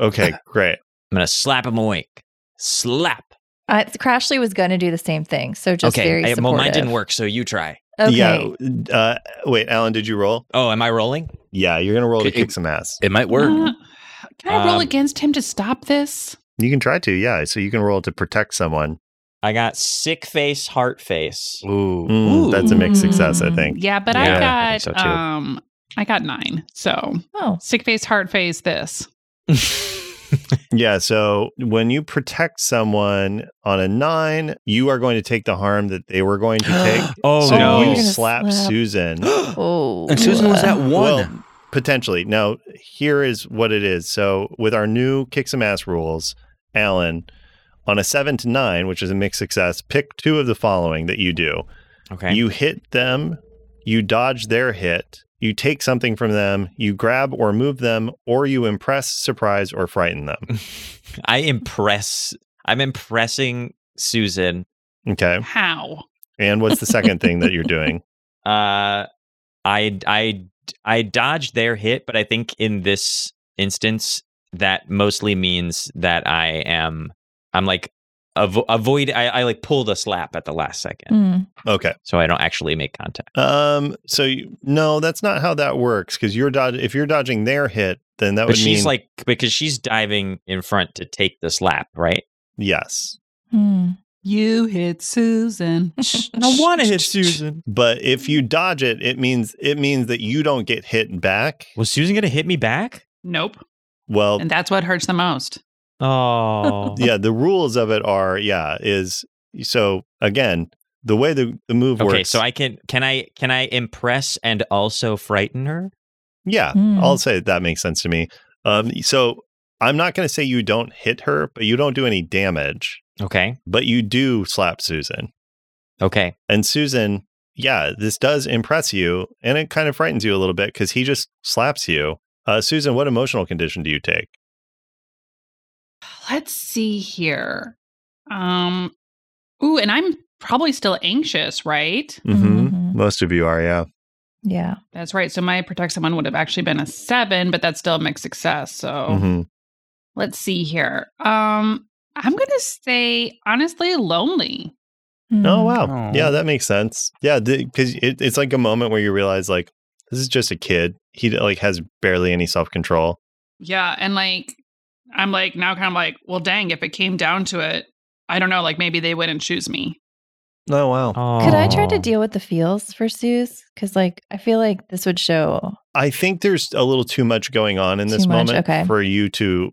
Speaker 2: Okay, great.
Speaker 5: I'm gonna slap him awake. Slap.
Speaker 1: Uh, Crashly was going to do the same thing. So just very
Speaker 5: okay, I-
Speaker 1: supportive.
Speaker 5: well, mine didn't work, so you try.
Speaker 1: Okay.
Speaker 2: Yeah. Uh, wait, Alan, did you roll?
Speaker 5: Oh, am I rolling?
Speaker 2: Yeah, you're gonna roll to
Speaker 3: It-
Speaker 2: kick some ass.
Speaker 3: It might work.
Speaker 4: Uh, can I roll
Speaker 5: Um,
Speaker 4: against him to stop this?
Speaker 2: You can try to, yeah. So you can roll to protect someone.
Speaker 5: I got sick face, heart face.
Speaker 3: Ooh.
Speaker 2: Mm, that's a mixed success, I
Speaker 1: Mm.
Speaker 2: think.
Speaker 4: Yeah, but
Speaker 5: Yeah, I
Speaker 4: I
Speaker 5: think
Speaker 4: got
Speaker 5: so too.
Speaker 4: um I got nine. So
Speaker 1: Oh,
Speaker 4: sick face, hard face, this.
Speaker 2: Yeah. So when you protect someone on a nine, you are going to take the harm that they were going to take.
Speaker 3: oh
Speaker 2: so
Speaker 1: no.
Speaker 2: you
Speaker 1: You're gonna
Speaker 2: slap,
Speaker 1: slap.
Speaker 2: Susan
Speaker 1: oh.
Speaker 3: and Susan was at one.
Speaker 2: Well, potentially. Now, here is what it is. So with our new kick some ass rules, Alan, on a seven to nine, which is a mixed success, pick two of the following that you do.
Speaker 5: Okay.
Speaker 2: You hit them, you dodge their hit, you take something from them, you grab or move them, or you impress, surprise, or frighten them.
Speaker 5: I impress. I'm impressing Susan.
Speaker 2: Okay.
Speaker 4: How?
Speaker 2: And what's the second thing that you're doing?
Speaker 5: Uh, I I I dodged their hit, but I think in this instance that mostly means that I am I'm like avo- avoid. I, I like pulled a slap at the last second,
Speaker 1: Mm.
Speaker 2: Okay.
Speaker 5: so I don't actually make contact.
Speaker 2: Um. So you, no, that's not how that works. Because you're dodge. If you're dodging their hit, then that
Speaker 5: But
Speaker 2: would
Speaker 5: she's
Speaker 2: mean
Speaker 5: like because she's diving in front to take the slap, right?
Speaker 2: yes.
Speaker 1: Hmm.
Speaker 4: You hit Susan.
Speaker 5: I want to hit Susan.
Speaker 2: But if you dodge it, it means it means that you don't get hit back.
Speaker 5: Was Susan gonna hit me back?
Speaker 4: nope.
Speaker 2: Well,
Speaker 4: And that's what hurts the most.
Speaker 5: Oh,
Speaker 2: yeah. The rules of it are yeah is so again the way the the move
Speaker 5: Okay,
Speaker 2: works.
Speaker 5: so I can can I can I impress and also frighten her?
Speaker 2: yeah,
Speaker 1: Hmm.
Speaker 2: I'll say that makes sense to me. Um. So I'm not going to say you don't hit her, but you don't do any damage.
Speaker 5: Okay.
Speaker 2: But you do slap Susan.
Speaker 5: Okay.
Speaker 2: And Susan, yeah, this does impress you and it kind of frightens you a little bit because he just slaps you. Uh, Susan, what emotional condition do you take?
Speaker 4: Let's see here. Um Ooh, and I'm probably still anxious,
Speaker 2: Mm.
Speaker 4: right?
Speaker 1: Mhm.
Speaker 2: Mm-hmm. Most of you are, yeah.
Speaker 1: Yeah.
Speaker 4: That's right. So my protect someone would have actually been a seven, but that's still a mixed success. So
Speaker 2: Mhm.
Speaker 4: let's see here. Um, I'm gonna say honestly, lonely.
Speaker 2: Oh,
Speaker 1: Hmm.
Speaker 2: wow.
Speaker 3: Aw.
Speaker 2: Yeah, that makes sense. Yeah, because it, it's like a moment where you realize, like, this is just a kid. He like has barely any self control.
Speaker 4: Yeah, and like I'm like now kind of like, well, dang, if it came down to it, I don't know, like maybe they wouldn't choose me.
Speaker 2: Oh wow!
Speaker 1: Could I try to
Speaker 5: Aw.
Speaker 1: deal with the feels for Suze? Because like I feel like this would show.
Speaker 2: I think there's a little too much going on in
Speaker 1: Too
Speaker 2: this
Speaker 1: much,
Speaker 2: moment
Speaker 1: okay.
Speaker 2: for you to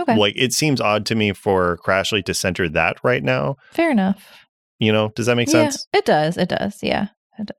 Speaker 1: Okay,
Speaker 2: like. It seems odd to me for Crashly to center that right now.
Speaker 1: fair enough.
Speaker 2: You know, does that make
Speaker 1: yeah,
Speaker 2: sense?
Speaker 1: it does. It does. Yeah.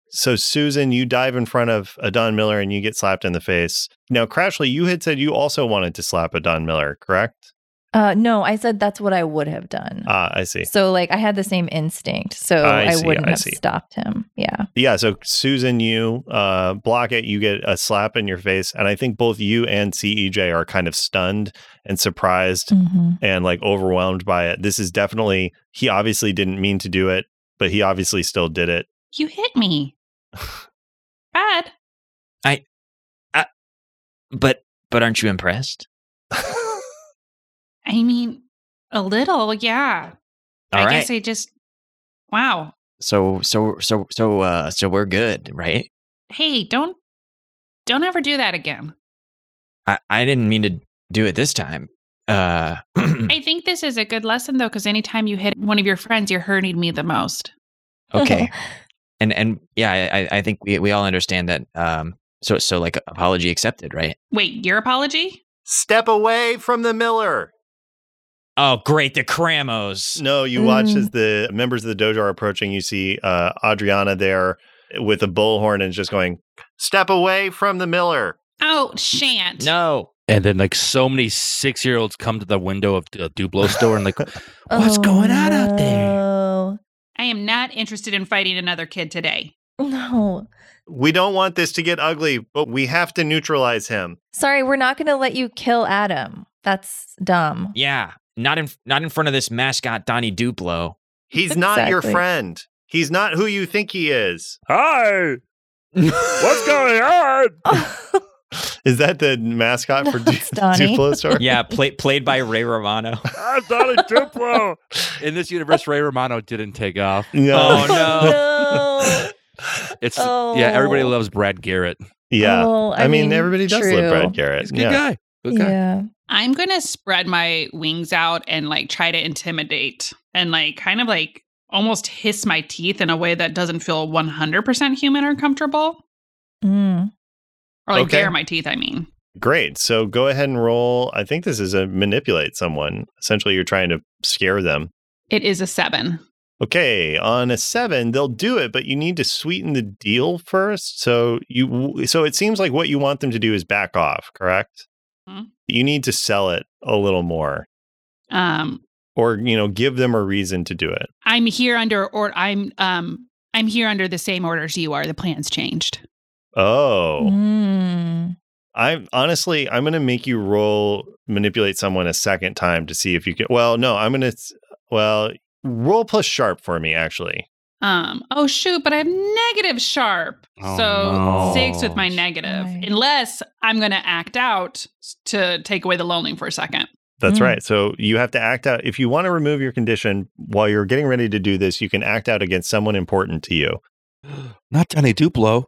Speaker 2: So Susan, you dive in front of a Don Miller and you get slapped in the face. Now, Crashly, you had said you also wanted to slap a Don Miller, correct?
Speaker 1: Uh, no, I said that's what I would have done.
Speaker 2: Ah, I see.
Speaker 1: so like I had the same instinct, so
Speaker 2: I
Speaker 1: I,
Speaker 2: see,
Speaker 1: wouldn't
Speaker 2: I
Speaker 1: have
Speaker 2: see.
Speaker 1: stopped him. Yeah.
Speaker 2: Yeah, so Susan, you uh, block it, you get a slap in your face, and I think both you and CEJ are kind of stunned and surprised
Speaker 1: Mm-hmm.
Speaker 2: and like overwhelmed by it. This is definitely he obviously didn't mean to do it, but he obviously still did it.
Speaker 4: You hit me. Bad.
Speaker 5: But but aren't you impressed?
Speaker 4: I mean, a little, yeah.
Speaker 5: All
Speaker 4: I
Speaker 5: right.
Speaker 4: guess I just wow.
Speaker 5: so so so so uh so we're good, right?
Speaker 4: Hey, don't don't ever do that again.
Speaker 5: I I didn't mean to do it this time. Uh
Speaker 4: I think this is a good lesson though, because anytime you hit one of your friends, you're hurting me the most.
Speaker 5: okay. and and yeah, I I- I think we we all understand that um so so like apology accepted, right?
Speaker 4: Wait, your apology?
Speaker 2: Step away from the Miller.
Speaker 5: Oh, great, the Cramos.
Speaker 2: No, you watch
Speaker 1: Mm.
Speaker 2: as the members of the dojo are approaching. You see uh, Adriana there with a bullhorn and just going, "Step away from the miller."
Speaker 4: Oh, shan't.
Speaker 5: No.
Speaker 3: And then like so many six year olds come to the window of the Duplo store and like, what's going on out there?
Speaker 1: Oh,
Speaker 4: I am not interested in fighting another kid today.
Speaker 1: No.
Speaker 2: We don't want this to get ugly, but we have to neutralize him.
Speaker 1: Sorry, we're not going to let you kill Adam. That's dumb.
Speaker 5: Yeah, not in not in front of this mascot Donnie Duplo.
Speaker 2: He's not your
Speaker 1: Exactly.
Speaker 2: friend. He's not who you think he is.
Speaker 3: Hi, what's going on?
Speaker 6: Oh,
Speaker 2: Is that the mascot for
Speaker 1: No,
Speaker 2: du-
Speaker 1: it's Donnie.
Speaker 2: Duplo Star?
Speaker 5: Yeah, play, played by Ray Romano.
Speaker 3: I'm Donnie Duplo. In this universe, Ray Romano didn't take off.
Speaker 5: Oh,
Speaker 2: No.
Speaker 5: no.
Speaker 1: no.
Speaker 3: It's
Speaker 1: Oh.
Speaker 3: yeah, everybody loves Brad Garrett.
Speaker 2: Yeah.
Speaker 1: Well,
Speaker 2: I, mean, everybody does
Speaker 1: Oh, true.
Speaker 2: love Brad Garrett.
Speaker 3: He's a good
Speaker 2: yeah.
Speaker 3: guy. Good guy.
Speaker 1: Yeah.
Speaker 4: I'm gonna spread my wings out and like try to intimidate and like kind of like almost hiss my teeth in a way that doesn't feel 100% human or comfortable
Speaker 1: Mm.
Speaker 4: or like
Speaker 2: Okay.
Speaker 4: bare my teeth. I mean,
Speaker 2: Great. So go ahead and roll. I think this is a manipulate someone. Essentially, you're trying to scare them.
Speaker 4: it is a seven.
Speaker 2: Okay, on a seven, they'll do it, but you need to sweeten the deal first. So you, so it seems like what you want them to do is back off. Correct.
Speaker 4: Mhm.
Speaker 2: You need to sell it a little more,
Speaker 4: Um,
Speaker 2: or you know, give them a reason to do it.
Speaker 4: I'm here under or I'm um I'm here under the same orders you are. The plans changed.
Speaker 2: Oh,
Speaker 1: Mm.
Speaker 2: I honestly, I'm going to make you roll manipulate someone a second time to see if you can. Well, no, I'm going to. Well, roll plus sharp for me actually.
Speaker 4: Um, oh shoot, but I have negative sharp.
Speaker 3: Oh,
Speaker 4: so
Speaker 3: no.
Speaker 4: six with my negative.
Speaker 1: Right.
Speaker 4: Unless I'm gonna act out s- to take away the loaning for a second.
Speaker 2: That's
Speaker 1: Mm.
Speaker 2: right. So you have to act out. If you want to remove your condition while you're getting ready to do this, you can act out against someone important to you.
Speaker 3: Not Donnie Duplo.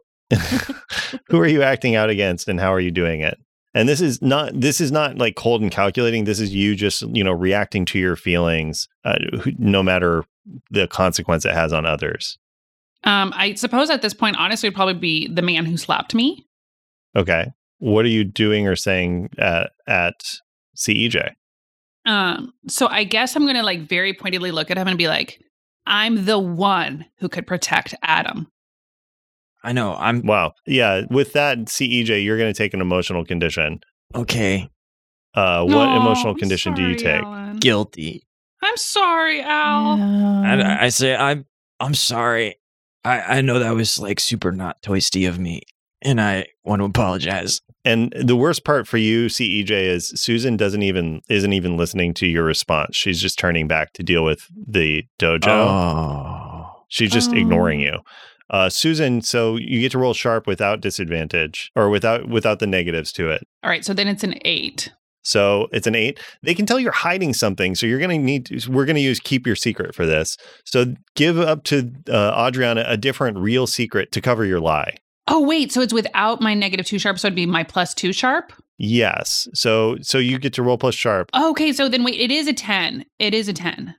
Speaker 2: Who are you acting out against, and how are you doing it? And this is not this is not like cold and calculating. This is you just you know reacting to your feelings, uh, who- no matter the consequence it has on others.
Speaker 4: Um, I suppose at this point, honestly, would probably be the man who slapped me.
Speaker 2: Okay. What are you doing or saying at, at E CEJ?
Speaker 4: Um, so I guess I'm gonna like very pointedly look at him and be like, I'm the one who could protect Adam.
Speaker 5: I know. I'm
Speaker 2: Wow. Yeah. With that CEJ, you're going to take an emotional condition.
Speaker 5: okay.
Speaker 2: Uh, what
Speaker 4: No,
Speaker 2: emotional
Speaker 4: I'm
Speaker 2: condition do you
Speaker 4: sorry,
Speaker 2: take?
Speaker 4: Alan.
Speaker 5: Guilty.
Speaker 4: I'm sorry, Al.
Speaker 6: uh,
Speaker 5: And
Speaker 1: Yeah.
Speaker 5: I, I say I'm I'm sorry. I I know that was like super not toisty of me, and I want to apologize.
Speaker 2: And the worst part for you, CEJ, is Susan doesn't even isn't even listening to your response. She's just turning back to deal with the dojo.
Speaker 5: Oh.
Speaker 2: She's just
Speaker 1: Oh.
Speaker 2: ignoring you. Uh, Susan, so you get to roll sharp without disadvantage or without without the negatives to it.
Speaker 4: All right, so then it's an eight.
Speaker 2: So it's an eight. They can tell you're hiding something. So you're going to need, to, we're going to use keep your secret for this. So give up to uh, Adriana a different real secret to cover your lie.
Speaker 4: Oh wait, so it's without my negative two sharp, so it'd be my plus two sharp.
Speaker 2: Yes. So, so you get to roll plus sharp.
Speaker 4: Okay, so then wait, it is a ten. It is a ten.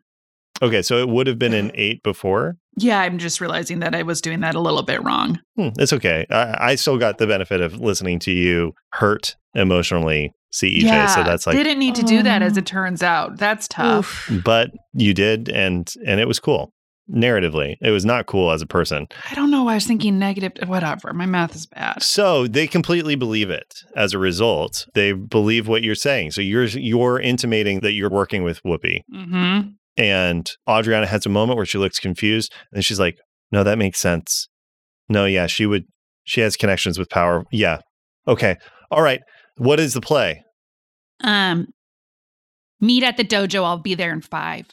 Speaker 2: Okay. So it would have been an eight before.
Speaker 4: Yeah, I'm just realizing that I was doing that a little bit wrong.
Speaker 2: Hmm, it's okay. I, I still got the benefit of listening to you hurt emotionally, CEJ. E so that's like,
Speaker 4: didn't need to do that as it turns out. That's tough.
Speaker 2: but you did. And, and it was cool narratively. It was not cool as a person.
Speaker 4: I don't know why I was thinking negative. Whatever, my math is bad.
Speaker 2: So they completely believe it. As a result, they believe what you're saying. So you're you're intimating that you're working with Whoopi.
Speaker 4: Mm-hmm.
Speaker 2: And Adriana has a moment where she looks confused, and she's like, "No, that makes sense. No, yeah, she would. She has connections with power. Yeah, okay, all right. What is the play?
Speaker 4: Um, meet at the dojo. I'll be there in five.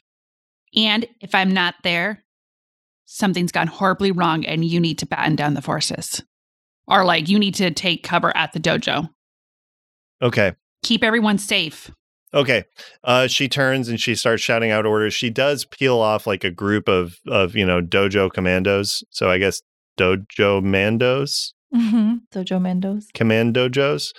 Speaker 4: And if I'm not there, something's gone horribly wrong, and you need to batten down the forces, or like you need to take cover at the dojo.
Speaker 2: Okay,
Speaker 4: Keep everyone safe.
Speaker 2: okay." Uh, she turns and she starts shouting out orders. She does peel off like a group of of you know dojo commandos. So I guess dojo mandos,
Speaker 1: hmm So Joe Mendoz.
Speaker 2: commandojos.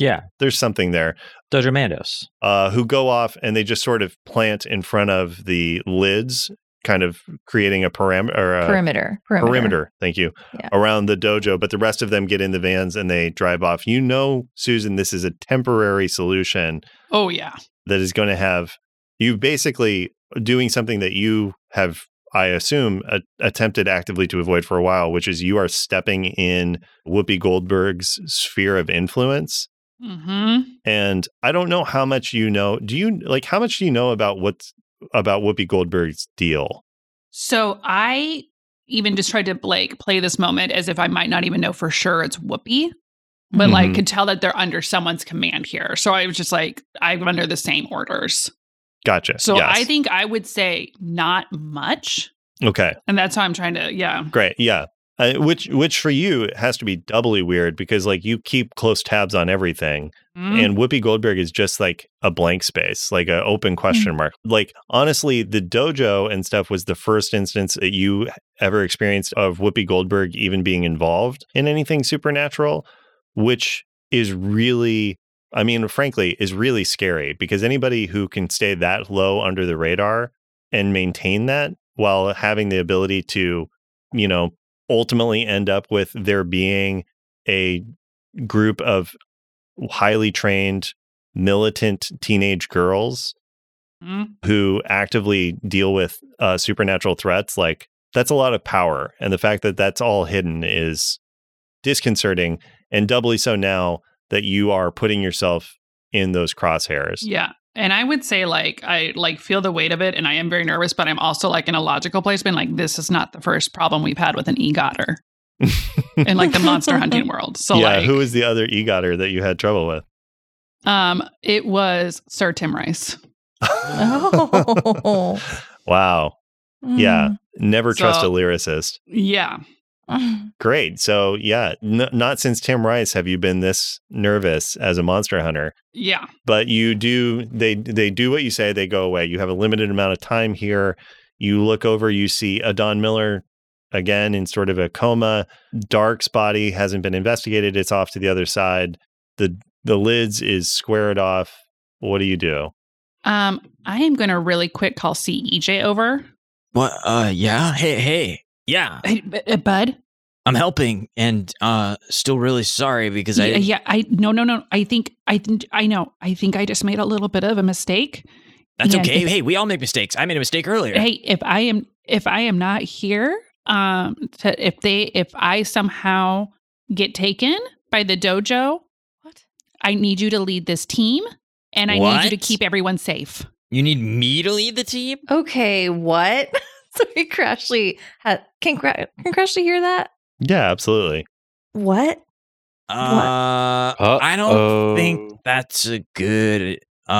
Speaker 5: Yeah,
Speaker 2: There's something there.
Speaker 5: Dojo Mandos.
Speaker 2: uh, who go off and they just sort of plant in front of the lids, kind of creating a param- or a Uh, perimeter.
Speaker 1: perimeter. Perimeter.
Speaker 2: Thank you.
Speaker 1: Yeah.
Speaker 2: Around the dojo, but the rest of them get in the vans and they drive off. You know, Susan, this is a temporary solution
Speaker 4: Oh yeah.
Speaker 2: that is going to have you basically doing something that you have, I assume, a- attempted actively to avoid for a while, which is you are stepping in Whoopi Goldberg's sphere of influence
Speaker 4: Mm-hmm.
Speaker 2: and I don't know how much you know. Do you like how much do you know about what's about Whoopi Goldberg's deal?
Speaker 4: So I even just tried to like play this moment as if I might not even know for sure it's Whoopi, but like
Speaker 3: Mhm.
Speaker 4: could tell that they're under someone's command here. So I was just like, I'm under the same orders.
Speaker 2: Gotcha.
Speaker 4: So
Speaker 2: Yes.
Speaker 4: I think I would say not much.
Speaker 2: Okay.
Speaker 4: And that's how I'm trying to, yeah.
Speaker 2: Great. Yeah. Uh, which which for you has to be doubly weird because like you keep close tabs on everything
Speaker 4: Mm.
Speaker 2: and Whoopi Goldberg is just like a blank space, like an open question mark. Like honestly, the dojo and stuff was the first instance that you ever experienced of Whoopi Goldberg even being involved in anything supernatural, which is really I mean, frankly, is really scary because anybody who can stay that low under the radar and maintain that while having the ability to, you know, ultimately end up with there being a group of highly trained militant teenage girls
Speaker 4: Mm.
Speaker 2: who actively deal with uh, supernatural threats like that's a lot of power and the fact that that's all hidden is disconcerting and doubly so now that you are putting yourself in those crosshairs
Speaker 4: Yeah. And I would say like I like feel the weight of it and I am very nervous, but I'm also like in a logical place being like this is not the first problem we've had with an egotter in like the monster hunting world. So
Speaker 2: yeah
Speaker 4: like
Speaker 2: who is the other egotter that you had trouble with
Speaker 4: um it was Sir Tim Rice.
Speaker 1: Oh.
Speaker 2: wow Yeah. never trust a
Speaker 4: Mm. So-
Speaker 2: lyricist
Speaker 4: Yeah.
Speaker 1: Mm.
Speaker 2: Great. So, yeah, n- not since Tim Rice have you been this nervous as a monster hunter,
Speaker 4: Yeah.
Speaker 2: but you do they they do what you say, they go away. You have a limited amount of time here. You look over, you see a Don Miller again in sort of a coma. Dark's body hasn't been investigated. It's off to the other side. The the lids is squared off. What do you do?
Speaker 4: Um I am going to really quick call CEJ over.
Speaker 6: What? Uh, yeah. Hey, hey. Yeah,
Speaker 4: Hey, B- uh, bud.
Speaker 6: I'm helping, and uh, still really sorry because I.
Speaker 4: Yeah, yeah, I no no no. I think I think I know. I think I just made a little bit of a mistake.
Speaker 6: That's
Speaker 4: Yeah,
Speaker 6: okay.
Speaker 4: it's-
Speaker 6: Hey, we all make mistakes. I made a mistake earlier.
Speaker 4: hey if i am if i am not here um to, if they if i somehow get taken by the dojo
Speaker 1: What?
Speaker 4: i need you to lead this team and i need you to
Speaker 6: What?
Speaker 4: keep everyone safe
Speaker 6: You need me to lead the team?
Speaker 1: Okay, what? Sorry, Crashly. Ha- can, Cra- can Crashly hear that?
Speaker 2: Yeah, absolutely.
Speaker 1: What?
Speaker 6: Uh, I don't
Speaker 3: Oh.
Speaker 6: think that's a good. Um,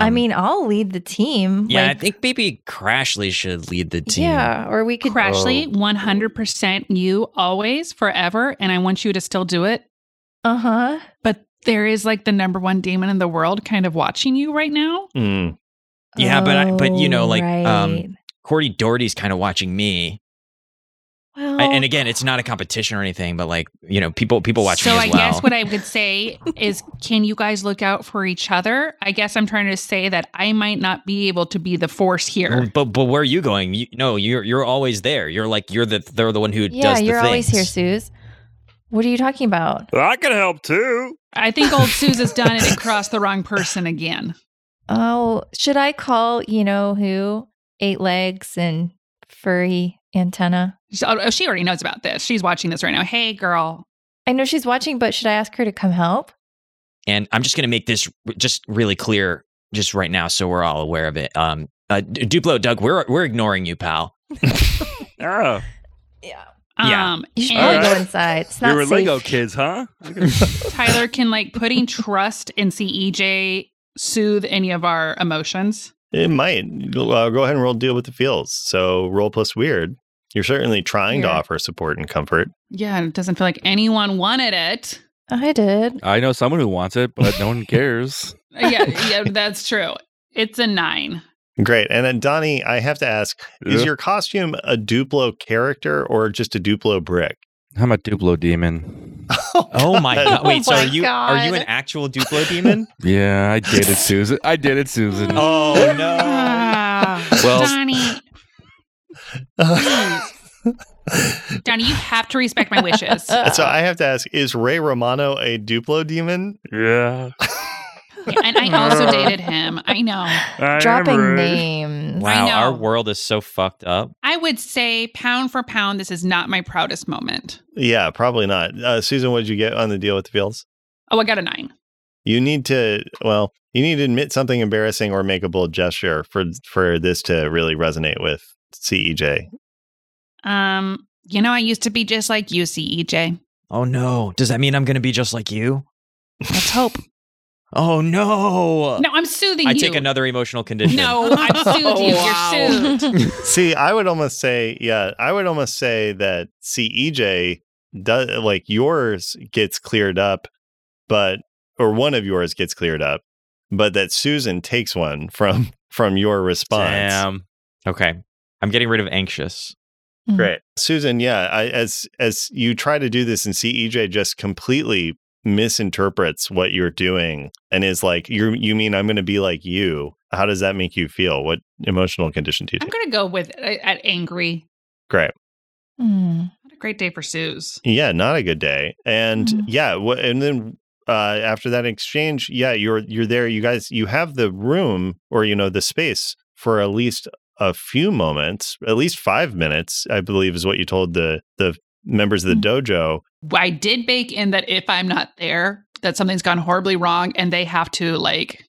Speaker 1: I mean, I'll lead the team.
Speaker 6: yeah,
Speaker 1: like-
Speaker 6: I think maybe Crashly should lead the team.
Speaker 1: Yeah, or we could.
Speaker 4: crashly 100% you always forever and i want you to still do it
Speaker 1: Uh huh.
Speaker 4: but there is like the number one demon in the world kind of watching you right now
Speaker 2: Mm.
Speaker 6: Yeah, but I- but, you know, like, um,
Speaker 1: right.
Speaker 6: Cordy Doherty's kind of watching me,
Speaker 1: well,
Speaker 6: I, and again, it's not a competition or anything, but like you know, people people watch
Speaker 4: so
Speaker 6: me as
Speaker 4: i
Speaker 6: well.
Speaker 4: guess what i would say is can you guys look out for each other i guess i'm trying to say that i might not be able to be the force here
Speaker 5: Mm.
Speaker 6: Well, Mm, But but where are you going? You, no, you're you're always there. You're like you're the they're the one who
Speaker 1: yeah,
Speaker 6: does. the
Speaker 1: you're always here,
Speaker 6: things.
Speaker 1: Suze. What are you talking about?
Speaker 3: I can help too.
Speaker 4: I think old Suze has done it and crossed the wrong person again.
Speaker 1: Oh, should I call you know who? Eight legs and furry antenna.
Speaker 4: She, oh, she already knows about this. She's watching this right now. Hey, girl.
Speaker 1: I know she's watching, but should I ask her to come help?
Speaker 6: And I'm just going to make this r- just really clear, just right now, so we're all aware of it. Um, uh, D- Duplo, Doug, we're we're ignoring you, pal.
Speaker 3: Oh,
Speaker 1: Yeah.
Speaker 6: Yeah.
Speaker 4: Um,
Speaker 1: You should
Speaker 4: and
Speaker 1: probably
Speaker 3: All
Speaker 1: go
Speaker 3: right.
Speaker 1: inside. It's not
Speaker 3: you were
Speaker 1: safe.
Speaker 3: Lego kids, huh?
Speaker 4: Tyler can like putting trust in CEJ soothe any of our emotions.
Speaker 2: It might. Uh, go ahead and roll deal with the feels. So, roll plus weird. You're certainly trying to
Speaker 1: Here.
Speaker 2: offer support and comfort.
Speaker 4: Yeah, it doesn't feel like anyone wanted it.
Speaker 1: Oh, I did.
Speaker 3: I know someone who wants it, but no one cares.
Speaker 4: Yeah, yeah, that's true. It's a nine.
Speaker 2: Great. And then Donnie, I have to ask, is your costume a Duplo character or just a Duplo brick?
Speaker 3: I'm a Duplo demon.
Speaker 6: Oh my god! Wait, so
Speaker 1: my
Speaker 6: are you are you
Speaker 1: God.
Speaker 6: an actual Duplo demon?
Speaker 3: yeah, I dated Susan. I dated Susan.
Speaker 6: oh no!
Speaker 4: Ah,
Speaker 3: Well-
Speaker 4: Donnie, Donnie, you have to respect my wishes.
Speaker 2: so I have to ask, is Ray Romano a Duplo demon?
Speaker 3: Yeah,
Speaker 4: And I also dated him. I know.
Speaker 1: Dropping names.
Speaker 4: know.
Speaker 5: Wow, our world is so fucked up.
Speaker 4: I would say pound for pound, this is not my proudest moment.
Speaker 2: Yeah, probably not. Uh, Susan, what did you get on the deal with the feels?
Speaker 4: Oh, I got a nine.
Speaker 2: You need to, well, you need to admit something embarrassing E or make a bold gesture for for this to really resonate with CEJ.
Speaker 4: Um, you know, I used to be just like you, E CEJ.
Speaker 6: Oh no. Does that mean I'm going to be just like you?
Speaker 4: Let's hope.
Speaker 6: Oh no.
Speaker 4: No, I'm soothing
Speaker 6: I
Speaker 4: you.
Speaker 6: take another Oh, emotional condition.
Speaker 4: No, I've soothed you. You're soothed.
Speaker 2: See, I would almost say, yeah, I would almost say that CEJ does like yours gets cleared up, but or one of yours gets cleared up, but that Susan takes one from from your response.
Speaker 3: Damn.
Speaker 6: Okay. I'm getting rid of anxious.
Speaker 1: Great.
Speaker 2: Susan, yeah, I, as as you try to do this and CEJ just completely misinterprets what you're doing and is like, you you mean I'm going to be like you? How does that make you feel? What emotional condition do you
Speaker 4: I'm
Speaker 2: take?
Speaker 4: going to go with uh, at angry.
Speaker 2: Great.
Speaker 1: Hmm.
Speaker 4: What a great day for Suze.
Speaker 2: Yeah, not a good day. And
Speaker 1: Mm.
Speaker 2: yeah, wha- and then uh, after that exchange, yeah, you're you're there. You guys, you have the room or you know the space for at least a few moments, at least five minutes, I believe, is what you told the the members of the
Speaker 1: Mm.
Speaker 2: dojo.
Speaker 4: I did bake in that if I'm not there, that something's gone horribly wrong and they have to like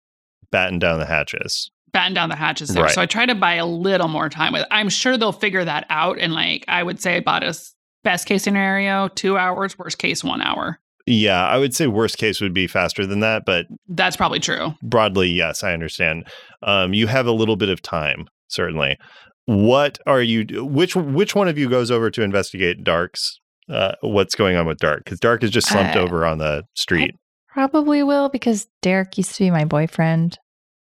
Speaker 2: Batten down the hatches.
Speaker 4: batten down the hatches there.
Speaker 2: Right.
Speaker 4: So I try to buy a little more time with I'm sure they'll figure that out. And like I would say about us best case scenario, two hours, worst case one hour.
Speaker 2: Yeah, I would say worst case would be faster than that, but
Speaker 4: That's probably true.
Speaker 2: broadly, yes, I understand. Um, you have a little bit of time, certainly. What are you? Which which one of you goes over to investigate Dark's? Uh, what's going on with Dark? Because Dark is just slumped
Speaker 1: Uh,
Speaker 2: over on the street.
Speaker 1: Probably will because Derek used to be my boyfriend.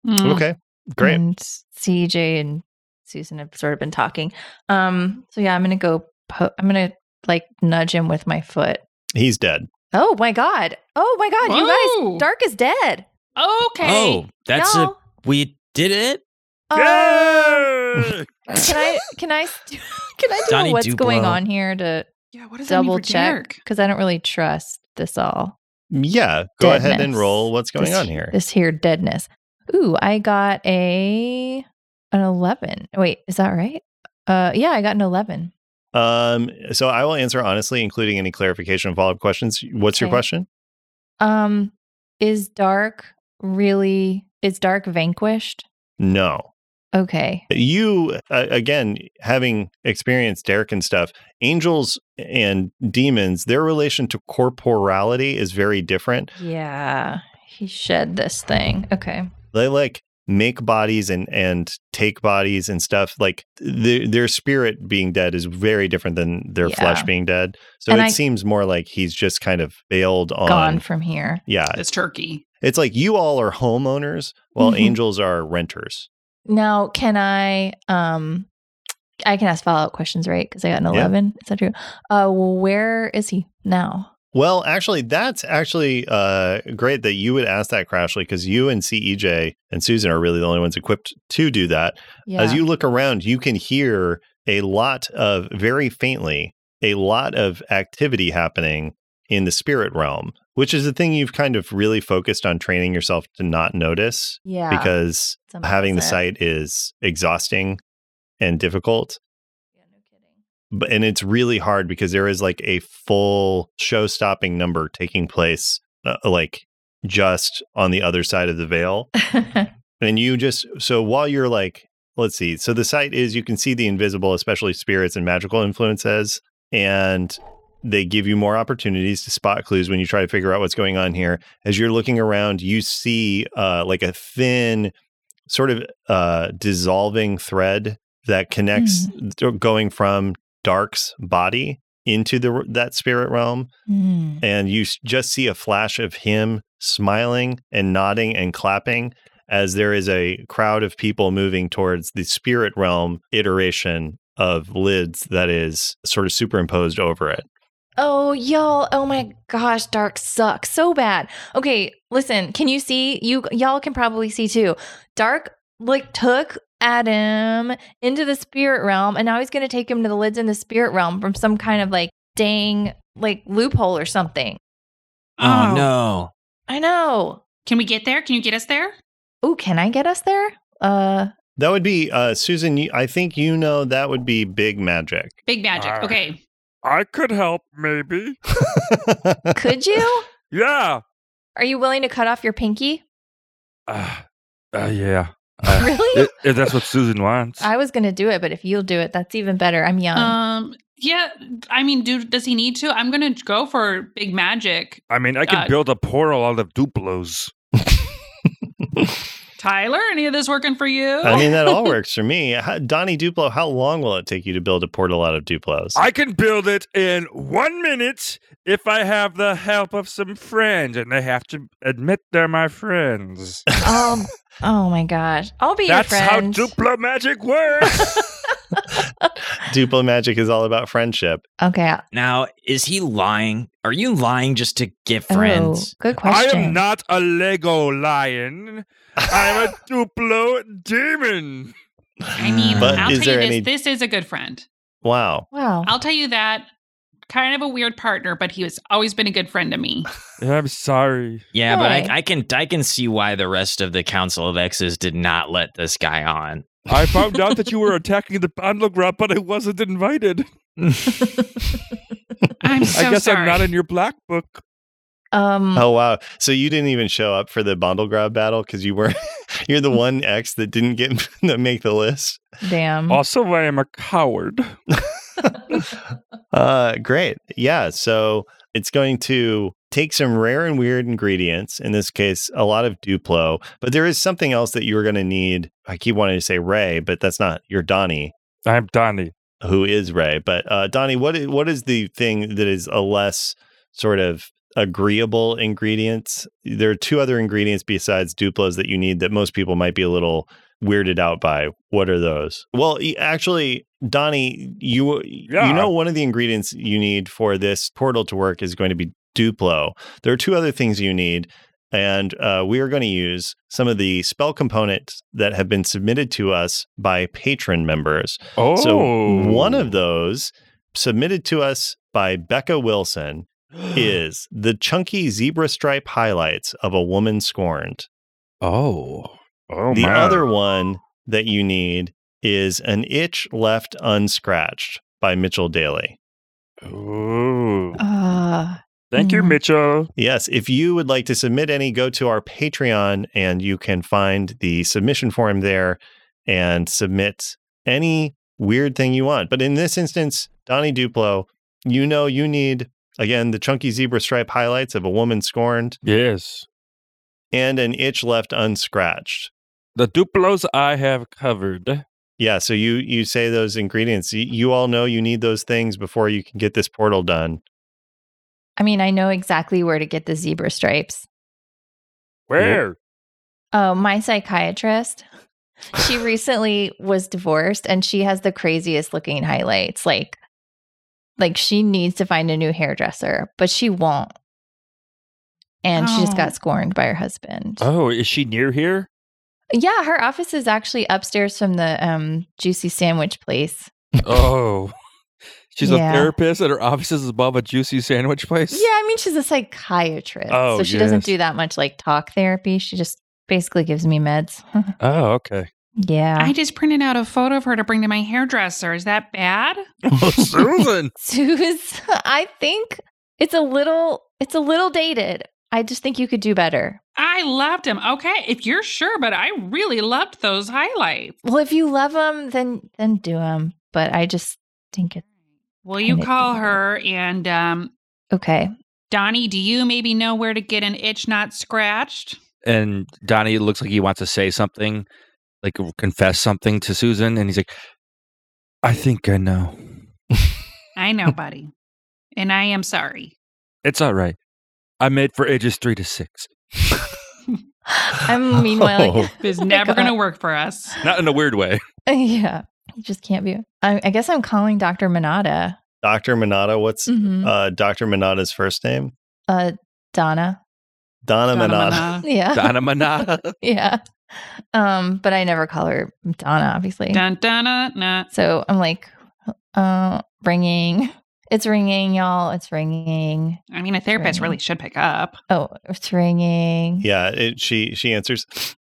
Speaker 4: Mm.
Speaker 2: okay, great.
Speaker 1: And CJ and Susan have sort of been talking. Um, so yeah, I'm gonna go. Po- I'm gonna like nudge him with my foot.
Speaker 2: He's dead.
Speaker 1: Oh my god! Oh my god! You
Speaker 4: Whoa.
Speaker 1: guys, Dark is dead.
Speaker 4: Okay.
Speaker 6: Oh, that's
Speaker 1: Y'all,
Speaker 6: a we did it. Oh,
Speaker 1: uh,
Speaker 3: Yeah.
Speaker 1: Can I? Can I? Can I do a
Speaker 6: Donnie
Speaker 1: what's going
Speaker 6: Duplo.
Speaker 1: on here to
Speaker 4: Yeah, what does
Speaker 1: double
Speaker 4: that mean for
Speaker 1: check?
Speaker 4: Derek?
Speaker 1: Because I don't really trust this all.
Speaker 2: Yeah, go ahead and
Speaker 1: Deadness.
Speaker 2: roll. What's going
Speaker 1: this,
Speaker 2: on here?
Speaker 1: This here deadness. Ooh, I got a an eleven. Wait, is that right? Uh, yeah, I got an eleven.
Speaker 2: Um, so I will answer honestly, including any clarification and follow up questions. What's your
Speaker 1: Okay.
Speaker 2: question?
Speaker 1: Um, is dark really? Is dark vanquished?
Speaker 2: No.
Speaker 1: Okay.
Speaker 2: you uh, again having experienced derek and stuff angels and demons their relation to corporality is very different
Speaker 1: Yeah, he shed this thing. Okay.
Speaker 2: they like make bodies and and take bodies and stuff like the, their spirit being dead is very different than their
Speaker 1: Yeah.
Speaker 2: flesh being dead so
Speaker 1: And
Speaker 2: it
Speaker 1: I-
Speaker 2: seems more like he's just kind of bailed on
Speaker 1: Gone from here.
Speaker 2: yeah
Speaker 4: It's turkey.
Speaker 2: it's like you all are homeowners while
Speaker 1: Mhm.
Speaker 2: angels are renters
Speaker 1: Now, can I? Um, I can ask follow up questions, right? Because I got an
Speaker 2: Yeah.
Speaker 1: eleven. Is that true? Uh, where is he now?
Speaker 2: Well, actually, that's actually uh, great that you would ask that, Crashly, because you and CEJ and Susan are really the only ones equipped to do that.
Speaker 1: Yeah.
Speaker 2: As you look around, you can hear a lot of, very faintly, a lot of activity happening in the spirit realm, which is the thing you've kind of really focused on training yourself to not notice
Speaker 1: yeah.
Speaker 2: because
Speaker 1: Something
Speaker 2: having the
Speaker 1: said.
Speaker 2: sight is exhausting and difficult
Speaker 1: Yeah, no kidding.
Speaker 2: but and it's really hard because there is like a full show-stopping number taking place uh, like just on the other side of the veil and you just so while you're like let's see so the site is you can see the invisible especially spirits and magical influences and they give you more opportunities to spot clues when you try to figure out what's going on here as you're looking around you see uh like a thin sort of uh dissolving thread that connects th- going from dark's body into the that spirit realm
Speaker 1: Hmm.
Speaker 2: and you s- just see a flash of him smiling and nodding and clapping as there is a crowd of people moving towards the spirit realm iteration of lids that is sort of superimposed over it.
Speaker 1: Oh, y'all. Oh my gosh, dark sucks so bad. Okay, listen, can you see? You y'all can probably see too. Dark like took Adam into the spirit realm and now he's going to take him to the lids in the spirit realm from some kind of like dang like loophole or something.
Speaker 6: Oh, no.
Speaker 1: I know.
Speaker 4: Can we get there? Can you get us there?
Speaker 1: Oh, can I get us there? Uh
Speaker 2: That would be uh, Susan. you- I think you know that would be big magic.
Speaker 4: Big magic.
Speaker 3: All right.
Speaker 4: Okay.
Speaker 3: I could help, maybe.
Speaker 1: could you?
Speaker 3: Yeah.
Speaker 1: Are you willing to cut off your pinky?
Speaker 3: Ah, Uh, uh, yeah. Uh,
Speaker 1: Really?
Speaker 3: if, if that's what Susan wants.
Speaker 1: I was going to do it, but if you'll do it, that's even better. I'm young.
Speaker 4: Um, yeah, I mean, do does he need to? I'm gonna go for big magic,
Speaker 3: I mean, I can
Speaker 4: Uh,
Speaker 3: build a portal out of Duplos.
Speaker 4: Tyler. Any of this working for you?
Speaker 2: I mean, that all works for me. How, Donnie Duplo, how long will it take you to build a portal out of Duplos?
Speaker 3: I can build it in one minute if I have the help of some friends, and they have to admit they're my friends.
Speaker 1: Um, oh my gosh. I'll be
Speaker 3: That's
Speaker 1: your
Speaker 3: how
Speaker 1: friend.
Speaker 3: Duplo magic works.
Speaker 2: Duplo magic is all about friendship.
Speaker 1: okay.
Speaker 6: Now, is he lying? Are you lying just to get
Speaker 1: Friends.
Speaker 6: friends?
Speaker 1: Oh, good
Speaker 3: I
Speaker 1: question.
Speaker 3: am not a Lego lion. I'm a Duplo demon.
Speaker 4: I mean,
Speaker 2: But
Speaker 4: I'll
Speaker 2: is
Speaker 4: tell
Speaker 2: there
Speaker 4: you this.
Speaker 2: any-
Speaker 4: This is a good friend.
Speaker 2: Wow.
Speaker 1: Wow.
Speaker 4: I'll tell you that. Kind of a weird partner, but he has always been a good friend to me.
Speaker 3: I'm sorry.
Speaker 6: Yeah,
Speaker 1: Hey.
Speaker 6: but I, I can I can see why the rest of the Council of Exes did not let this guy on.
Speaker 3: I found out that you were attacking the Bandlegrab, but I wasn't invited.
Speaker 4: I'm so
Speaker 3: I guess
Speaker 4: sorry.
Speaker 3: I'm not in your black book.
Speaker 1: um,
Speaker 2: Oh wow. So you didn't even show up for the bundle grab battle because you were you're the one X that didn't get that make the list.
Speaker 4: Mm-hmm.
Speaker 1: damn.
Speaker 3: Also, I am a coward.
Speaker 2: Uh great. Yeah. So it's going to take some rare and weird ingredients, in this case, a lot of Duplo, but there is something else that you're gonna need. I keep wanting to say Ray, but that's not your Donnie.
Speaker 3: I'm Donnie.
Speaker 2: who is Ray. But uh, Donnie, what is, what is the thing that is a less sort of agreeable ingredient? There are two other ingredients besides Duplos that you need that most people might be a little weirded out by. What are those? Well, e- actually, Donnie, you
Speaker 3: Yeah.
Speaker 2: you know one of the ingredients you need for this portal to work is going to be Duplo. There are two other things you need. And uh, we are going to use some of the spell components that have been submitted to us by patron members.
Speaker 3: Oh,
Speaker 2: So one of those submitted to us by Becca Wilson is the chunky zebra stripe highlights of a woman scorned.
Speaker 3: Oh. Oh,
Speaker 2: the
Speaker 3: my.
Speaker 2: other one that you need is an itch left unscratched by Mitchell Daly.
Speaker 3: Ooh.
Speaker 1: Uh,
Speaker 3: Thank you,
Speaker 1: Mm.
Speaker 3: Mitchell.
Speaker 2: Yes, if you would like to submit any, go to our Patreon and you can find the submission form there and submit any weird thing you want. But in this instance, Donnie Duplo, you know you need, again, the chunky zebra stripe highlights of a woman scorned
Speaker 3: Yes.
Speaker 2: and an itch left unscratched.
Speaker 3: The Duplos I have covered.
Speaker 2: Yeah, so you you say those ingredients. You, you all know you need those things before you can get this portal done.
Speaker 1: I mean, I know exactly where to get the zebra stripes.
Speaker 3: Where?
Speaker 1: Oh, my psychiatrist. She recently was divorced and she has the craziest looking highlights. Like, like she needs to find a new hairdresser, but she won't. And she just
Speaker 4: Oh.
Speaker 1: got scorned by her husband.
Speaker 3: Oh, is she near here?
Speaker 1: Yeah, her office is actually upstairs from the um, juicy sandwich place.
Speaker 3: oh. She's
Speaker 1: Yeah.
Speaker 3: a therapist and her office is above a juicy sandwich place.
Speaker 1: Yeah, I mean she's a psychiatrist,
Speaker 3: Oh,
Speaker 1: so she doesn't
Speaker 3: yes.
Speaker 1: do that much like talk therapy. She just basically gives me meds.
Speaker 3: Oh, okay.
Speaker 1: yeah,
Speaker 4: I just printed out a photo of her to bring to my hairdresser. Is that bad?
Speaker 3: Well, Oh, Susan.
Speaker 1: Suze, I think it's a little it's a little dated. I just think you could do better.
Speaker 4: I loved him. Okay, if you're sure, but I really loved those highlights.
Speaker 1: Well, if you love them, then then do them. But I just think it's
Speaker 4: Will you
Speaker 1: Kinda
Speaker 4: call
Speaker 1: do.
Speaker 4: her and um
Speaker 1: okay.
Speaker 4: Donnie, do you maybe know where to get an itch not scratched?
Speaker 3: and Donnie looks like he wants to say something, like confess something to Susan, and he's like, "I think I know.
Speaker 4: I know, buddy. And I am sorry.
Speaker 3: It's all right. I made for ages three to six,
Speaker 1: I'm meanwhile.
Speaker 2: Oh.
Speaker 4: This is
Speaker 1: Oh my
Speaker 4: never going to
Speaker 1: God.
Speaker 4: work for us.
Speaker 3: not in a weird way.
Speaker 1: yeah, you just can't be. I, I guess I'm calling Doctor Minata.
Speaker 2: Dr. Minata, what's
Speaker 1: Mhm.
Speaker 2: uh, Dr. Minata's first name?
Speaker 1: Uh, Donna.
Speaker 2: Donna,
Speaker 4: Donna
Speaker 2: Minata.
Speaker 4: Manata.
Speaker 1: Yeah.
Speaker 3: Donna Manata.
Speaker 1: yeah. Um, but I never call her Donna, obviously.
Speaker 4: Dun, dun, dun, dun.
Speaker 1: So I'm like, uh, ringing. It's ringing, y'all. It's ringing.
Speaker 4: I mean, a therapist
Speaker 1: Right.
Speaker 4: really should pick up.
Speaker 1: Oh, it's ringing.
Speaker 2: Yeah, it, she she answers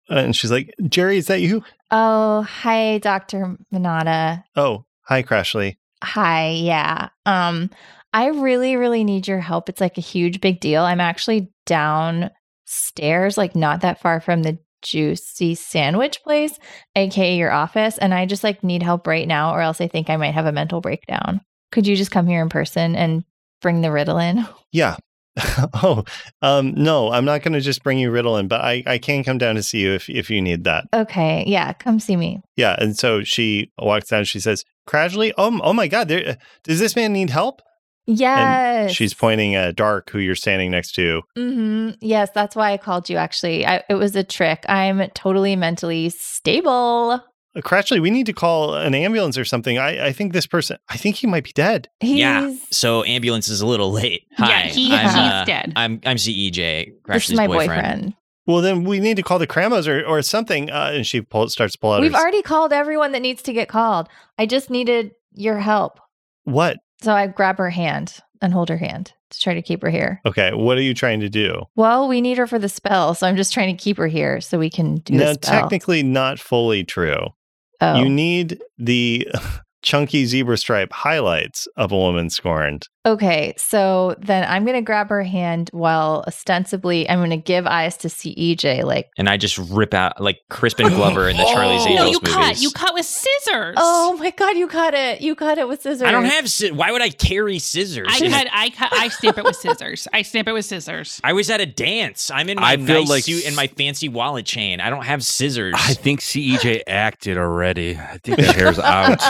Speaker 2: and she's like, "Jerry, is that you?"
Speaker 1: Oh, hi, Dr. Minata.
Speaker 2: Oh, hi, Crashly.
Speaker 1: Hi, yeah. Um, I really, really need your help. It's like a huge big deal. I'm actually downstairs, like not that far from the juicy sandwich place, aka your office, and I just like need help right now, or else I think I might have a mental breakdown. Could you just come here in person and bring the Ritalin?
Speaker 2: Yeah. oh, um, no, I'm not going to just bring you Ritalin, but I, I can come down to see you if, if you need that.
Speaker 1: Okay, yeah, come see me.
Speaker 2: Yeah. And so she walks down. She says, casually, oh, oh my God, there, does this man need help?
Speaker 1: Yes,
Speaker 2: She's pointing at Dark, who you're standing next to.
Speaker 1: hmm Yes, that's why I called you. Actually, I, it was a trick. I'm totally mentally stable.
Speaker 2: Uh, Crashly, we need to call an ambulance or something. I, I think this person, I think he might be dead.
Speaker 1: He's,
Speaker 5: Yeah. So ambulance is a little late. Hi,
Speaker 4: yeah, he,
Speaker 5: I'm,
Speaker 4: he's
Speaker 5: uh,
Speaker 4: dead.
Speaker 5: I'm I'm CEJ,
Speaker 1: this
Speaker 5: Crashly's
Speaker 1: is my
Speaker 5: boyfriend.
Speaker 1: boyfriend.
Speaker 2: Well, then we need to call the Kramos or, or something. Uh, and she pull, starts to pull out
Speaker 1: We've
Speaker 2: her-
Speaker 1: already called everyone that needs to get called. I just needed your help.
Speaker 2: What?
Speaker 1: So I grab her hand and hold her hand to try to keep her here.
Speaker 2: Okay. What are you trying to do?
Speaker 1: Well, we need her for the spell, so I'm just trying to keep her here so we can do the
Speaker 2: No,
Speaker 1: spell.
Speaker 2: technically not fully true.
Speaker 1: oh.
Speaker 2: You need the chunky zebra stripe highlights of a woman scorned.
Speaker 1: okay, so then I'm going to grab her hand while ostensibly I'm going to give eyes to CEJ like,
Speaker 5: And I just rip out like Crispin Glover in the Charlie's
Speaker 4: Oh,
Speaker 5: Angels
Speaker 4: no, you
Speaker 5: movies.
Speaker 4: cut. You cut with scissors.
Speaker 1: "Oh my god, you cut it. You cut it with scissors."
Speaker 5: I don't have. Sci- Why would I carry scissors?
Speaker 4: I
Speaker 5: in a-
Speaker 4: cut. I cut. I snip it with scissors. I snip it with scissors.
Speaker 5: I was at a dance. I'm in my
Speaker 3: I feel
Speaker 5: nice
Speaker 3: like
Speaker 5: suit and my fancy wallet chain. I don't have scissors.
Speaker 3: I think CEJ acted already. I think the hair's out.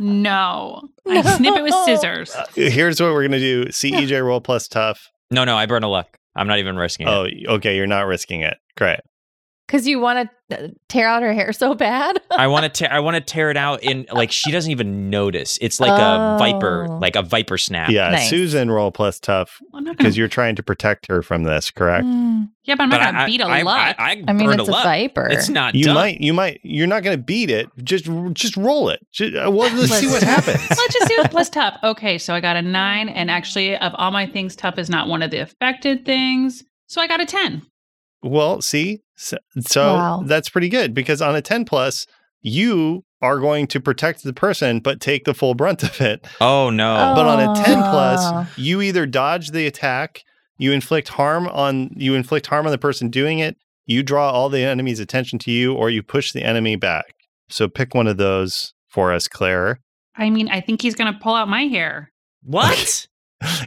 Speaker 4: No, I snip it with
Speaker 1: No.
Speaker 4: scissors.
Speaker 2: Uh, here's what we're going to do CEJ roll plus tough.
Speaker 5: no, no, I burn a luck. I'm not even risking it.
Speaker 2: Oh, okay. You're not risking it. Great.
Speaker 1: Cuz you want to tear out her hair so bad.
Speaker 5: I want to tear. I want to tear it out. In like she doesn't even notice. It's like a viper,
Speaker 1: Oh.
Speaker 5: like a viper snap.
Speaker 2: Yeah.
Speaker 1: Nice.
Speaker 2: Susan roll plus tough
Speaker 4: I'm not gonna,
Speaker 2: because you're trying to protect her from this, correct?
Speaker 1: Mm.
Speaker 4: yeah, but I'm not
Speaker 5: But
Speaker 4: gonna
Speaker 5: I,
Speaker 4: beat a
Speaker 5: I, I,
Speaker 4: luck.
Speaker 5: I, I
Speaker 1: I mean,
Speaker 5: burn
Speaker 1: it's a
Speaker 5: a luck.
Speaker 1: viper.
Speaker 5: It's not.
Speaker 2: You
Speaker 5: done.
Speaker 2: might, you might, you're not going to beat it. Just, just roll it. Just, uh, well, let's see what happens.
Speaker 4: Let's just do it plus tough. Okay, so I got a nine, and actually, of all my things, tough is not one of the affected things. So I got a ten.
Speaker 2: Well, see, so, so
Speaker 1: Wow.
Speaker 2: that's pretty good because on a 10 plus, you are going to protect the person but take the full brunt of it.
Speaker 5: Oh no.
Speaker 2: But on a 10
Speaker 1: Oh.
Speaker 2: plus, you either dodge the attack, you inflict harm on you inflict harm on the person doing it, you draw all the enemy's attention to you or you push the enemy back. So pick one of those for us, Claire.
Speaker 4: I mean, I think he's gonna pull out my hair.
Speaker 5: What?
Speaker 1: Oh,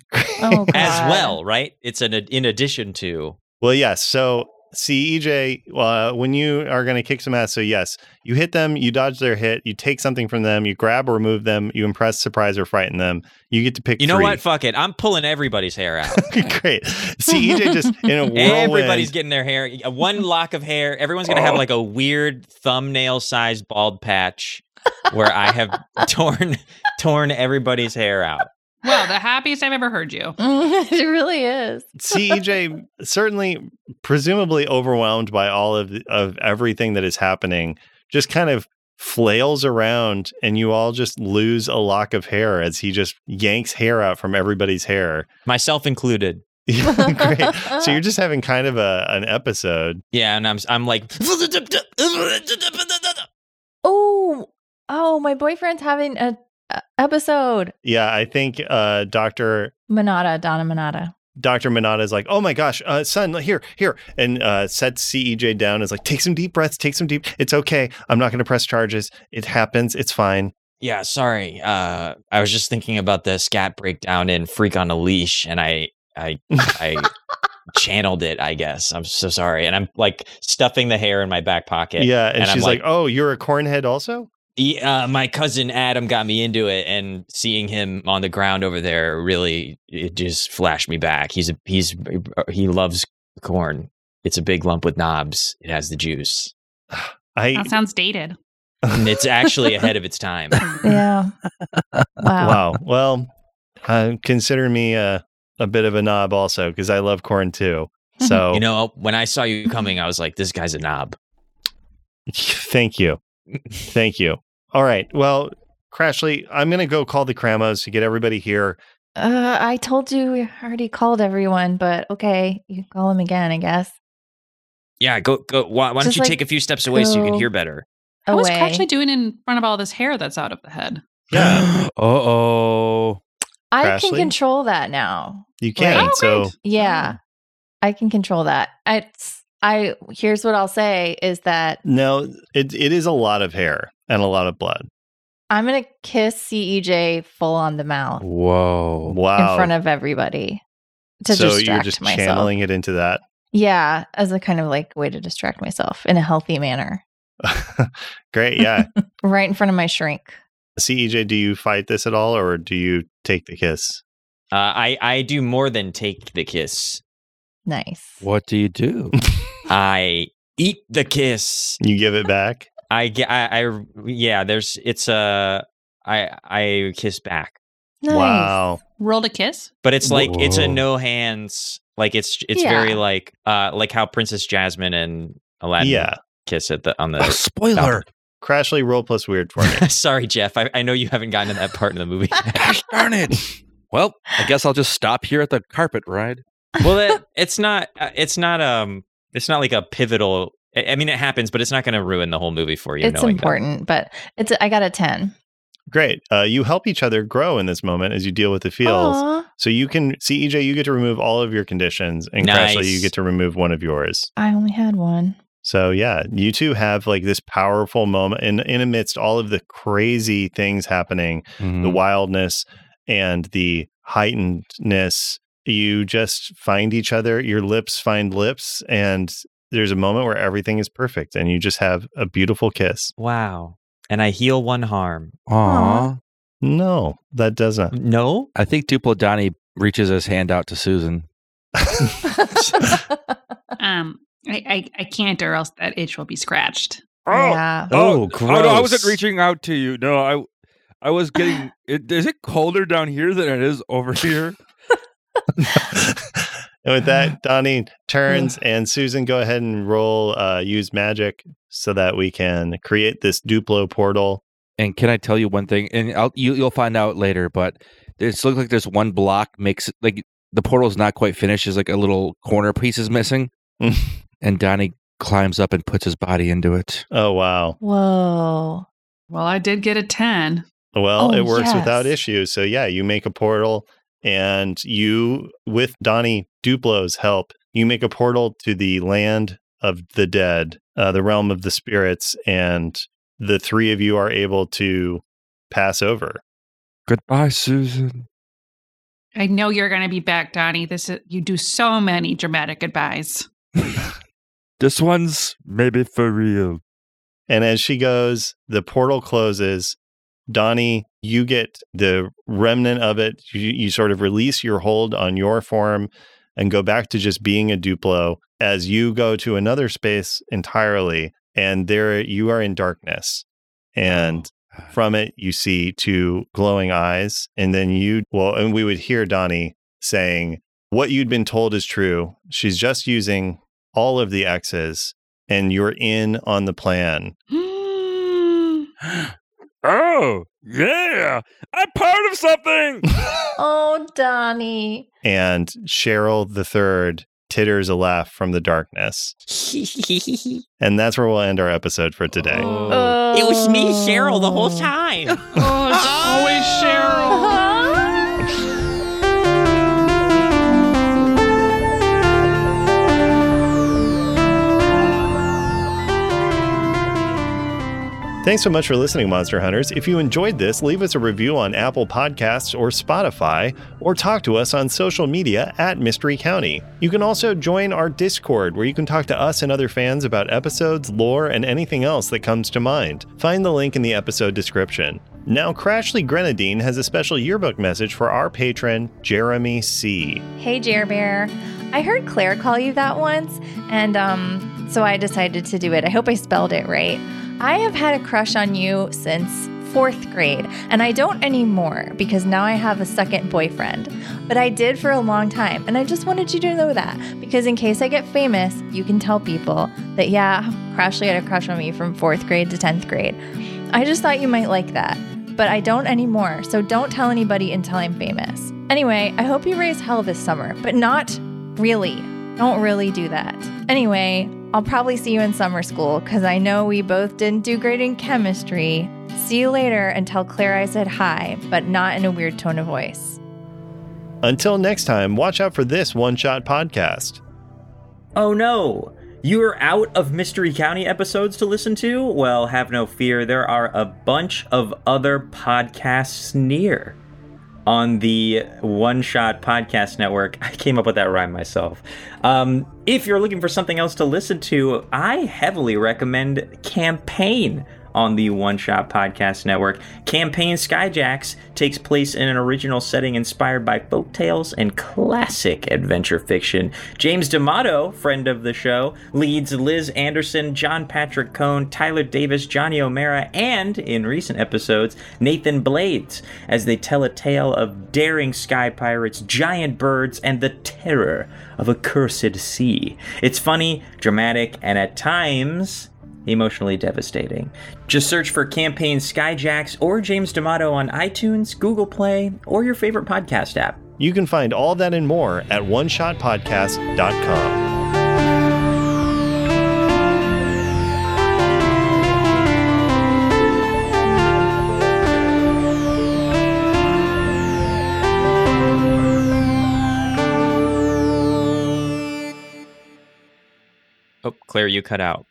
Speaker 1: God.
Speaker 5: As well, right? It's an in addition to.
Speaker 2: Well, yes. So, CEJ, uh, when you are going to kick some ass, so yes, you hit them, you dodge their hit, you take something from them, you grab or remove them, you impress, surprise, or frighten them. You get to pick.
Speaker 5: You know
Speaker 2: three.
Speaker 5: what? Fuck it. I'm pulling everybody's hair out.
Speaker 2: Great. CEJ just in a whirlwind.
Speaker 5: Everybody's getting their hair. uh, One lock of hair. Everyone's gonna have like a weird thumbnail-sized bald patch where I have torn torn everybody's hair out.
Speaker 4: Well, the happiest I've ever heard you.
Speaker 1: it really is.
Speaker 2: CEJ E certainly, presumably overwhelmed by all of of everything that is happening, just kind of flails around, and you all just lose a lock of hair as he just yanks hair out from everybody's hair.
Speaker 5: Myself included.
Speaker 2: Yeah, Great. So you're just having kind of a an episode.
Speaker 5: Yeah, and I'm I'm like
Speaker 1: Oh, oh, my boyfriend's having a, a episode.
Speaker 2: Yeah, I think uh, Doctor
Speaker 1: Manada, Donna Manada.
Speaker 2: Doctor Minata is like, oh my gosh, uh, son, here, here, and uh, sets Cej down. Is like, take some deep breaths, take some deep. It's okay. I'm not going to press charges. It happens. It's fine.
Speaker 5: Yeah, sorry. Uh I was just thinking about the scat breakdown in Freak on a Leash and I I I channeled it, I guess. I'm so sorry. And I'm like stuffing the hair in my back pocket.
Speaker 2: Yeah, and,
Speaker 5: And I'm
Speaker 2: she's like,
Speaker 5: like-
Speaker 2: oh, you're a cornhead also.
Speaker 5: He, uh, my cousin Adam got me into it, and seeing him on the ground over there really it just flashed me back. He's a he's he loves corn. It's a big lump with knobs. It has the juice.
Speaker 2: I
Speaker 4: That sounds dated.
Speaker 5: And it's actually ahead of its time.
Speaker 1: Yeah. Wow.
Speaker 2: wow. Well, uh, consider me a a bit of a knob also because I love corn too. So
Speaker 5: You know, when I saw you coming, I was like, "This guy's a knob."
Speaker 2: Thank you. Thank you. All right. Well, Crashly, I'm going to go call the Kramos to get everybody here.
Speaker 1: Uh, I told you we already called everyone, but okay, you can call him again, I guess.
Speaker 5: Yeah, go go. Why, why
Speaker 1: Just,
Speaker 5: don't you
Speaker 1: like,
Speaker 5: take a few steps away so you can
Speaker 1: go-
Speaker 5: hear better?
Speaker 4: How is
Speaker 1: Away.
Speaker 4: Crutchley doing in front of all this hair that's out of the head?
Speaker 3: uh oh.
Speaker 1: I can
Speaker 2: Crashly?
Speaker 1: control that now.
Speaker 2: You can.
Speaker 4: Oh,
Speaker 2: so
Speaker 4: great.
Speaker 1: Yeah, I can control that. It's I here's what I'll say is that
Speaker 2: No, it it is a lot of hair and a lot of blood.
Speaker 1: I'm gonna kiss CEJ full on the mouth
Speaker 3: Whoa.
Speaker 2: Wow.
Speaker 1: in front of everybody to
Speaker 2: so
Speaker 1: distract
Speaker 2: you're just
Speaker 1: myself.
Speaker 2: channeling it into that.
Speaker 1: Yeah, as a kind of like way to distract myself in a healthy manner,
Speaker 2: Great. Yeah.
Speaker 1: right in front of my shrink.
Speaker 2: CEJ, do you fight this at all or do you take the kiss?
Speaker 6: Uh, I I do more than take the kiss.
Speaker 1: Nice.
Speaker 3: What do you do?
Speaker 6: I eat the kiss.
Speaker 2: You give it back?
Speaker 6: I get. I, I yeah. There's. It's a. I I kiss back,
Speaker 1: Nice.
Speaker 2: Wow.
Speaker 4: Rolled a kiss.
Speaker 6: but it's like it's a
Speaker 3: Whoa.
Speaker 6: no hands. Like it's it's
Speaker 1: Yeah.
Speaker 6: very like uh like how Princess Jasmine and Aladdin
Speaker 2: Yeah.
Speaker 6: kiss at the on
Speaker 3: A
Speaker 6: the.
Speaker 3: spoiler.
Speaker 2: Crashly roll plus weird for me.
Speaker 6: Sorry, Jeff. I, I know you haven't gotten to that part in the movie.
Speaker 3: Gosh darn it. Well, I guess I'll just stop here at the carpet ride.
Speaker 6: well, that, it's not. uh, It's not. Um. It's not like a pivotal. I I mean, it happens, but it's not going to ruin the whole movie for you.
Speaker 1: it's
Speaker 6: knowing that.
Speaker 1: important, but it's I got a ten.
Speaker 2: Great. Uh, you help each other grow in this moment as you deal with the feels.
Speaker 1: Aw,
Speaker 2: So you can, CEJ, you get to remove all of your conditions, and
Speaker 6: Nice.
Speaker 2: Crashly, you get to remove one of yours.
Speaker 1: I only had one.
Speaker 2: So yeah, you two have like this powerful moment in, in amidst all of the crazy things happening,
Speaker 3: Mm-hmm.
Speaker 2: the
Speaker 3: Mm.
Speaker 2: wildness and the heightenedness. You just find each other, your lips find lips, and there's a moment where everything is perfect and you just have a beautiful kiss.
Speaker 6: Wow. And I heal one harm.
Speaker 3: Aw.
Speaker 2: No, that doesn't.
Speaker 6: No?
Speaker 3: I think Duplo Donnie reaches his hand out to Susan.
Speaker 4: Um, I, I I can't, or else that itch will be scratched.
Speaker 1: yeah.
Speaker 3: Oh, no, I wasn't
Speaker 5: gross.
Speaker 3: reaching out to you. No, I I was getting it, is it colder down here than it is over here?
Speaker 2: and with that, Donnie turns and Susan, go ahead and roll uh, use magic so that we can create this Duplo portal.
Speaker 3: and can I tell you one thing? And I'll, you you'll find out later, but it's looks like there's one block makes it like the portal's not quite finished. There's like a little corner piece is missing. and Donnie climbs up and puts his body into it.
Speaker 2: Oh wow!
Speaker 1: Whoa.
Speaker 4: Well, I did get a ten.
Speaker 2: Well,
Speaker 1: Oh,
Speaker 2: it works without
Speaker 1: yes.
Speaker 2: issue. So yeah, you make a portal, and you with Donnie Duplo's help, you make a portal to the land of the dead, uh, the realm of the spirits, and the three of you are able to pass over.
Speaker 3: Goodbye, Susan.
Speaker 4: I know you're going to be back, Donnie. This is, you do so many dramatic goodbyes.
Speaker 3: This one's maybe for real.
Speaker 2: And as she goes, the portal closes. Donnie, you get the remnant of it. You, you sort of release your hold on your form and go back to just being a Duplo as you go to another space entirely. And there you are in darkness. And from it, you see two glowing eyes. And then you, well, and we would hear Donnie saying, What you'd been told is true. She's just using all of the X's, and you're in on the plan.
Speaker 3: Oh, yeah. I'm part of something.
Speaker 1: Oh, Donnie.
Speaker 2: and Cheryl the third titters a laugh from the darkness. and that's where we'll end our episode for today.
Speaker 1: Oh.
Speaker 6: It was me, Cheryl, the whole time.
Speaker 4: Oh, it's always Cheryl.
Speaker 2: Thanks so much for listening, Monster Hunters. If you enjoyed this, leave us a review on Apple Podcasts or Spotify, or talk to us on social media at Mystery County. You can also join our Discord, where you can talk to us and other fans about episodes, lore, and anything else that comes to mind. Find the link in the episode description. Now, Crashly Grenadine has a special yearbook message for our patron, Jeremy C.
Speaker 1: Hey, Jer Bear. I heard Claire call you that once, and um, so I decided to do it. I hope I spelled it right. I have had a crush on you since fourth grade, and I don't anymore because now I have a second boyfriend. But I did for a long time, and I just wanted you to know that because in case I get famous, you can tell people that, yeah, Crashly had a crush on me from fourth grade to 10th grade. I just thought you might like that, but I don't anymore, so don't tell anybody until I'm famous. Anyway, I hope you raise hell this summer, but not really. Don't really do that. Anyway, I'll probably see you in summer school because I know we both didn't do great in chemistry. See you later and tell Claire I said hi, but not in a weird tone of voice.
Speaker 2: Until next time, watch out for this one shot podcast.
Speaker 7: Oh no!
Speaker 5: You are out of Mystery County episodes to listen to? Well, have no fear. There are a bunch of other podcasts near on the One Shot Podcast Network. I came up with that rhyme myself. Um, if you're looking for something else to listen to, I heavily recommend Campaign on the One Shot Podcast Network. Campaign Skyjacks takes place in an original setting inspired by folk tales and classic adventure fiction. James D'Amato, friend of the show, leads Liz Anderson, John Patrick Cohn, Tyler Davis, Johnny O'Mara, and in recent episodes, Nathan Blades, as they tell a tale of daring sky pirates, giant birds, and the terror of a cursed sea. It's funny, dramatic, and at times emotionally devastating. Just search for Campaign Skyjacks or James D'Amato on iTunes, Google Play, or your favorite podcast app.
Speaker 2: You can find all that and more at oneshotpodcast.com.
Speaker 8: Oh, Claire, you cut out.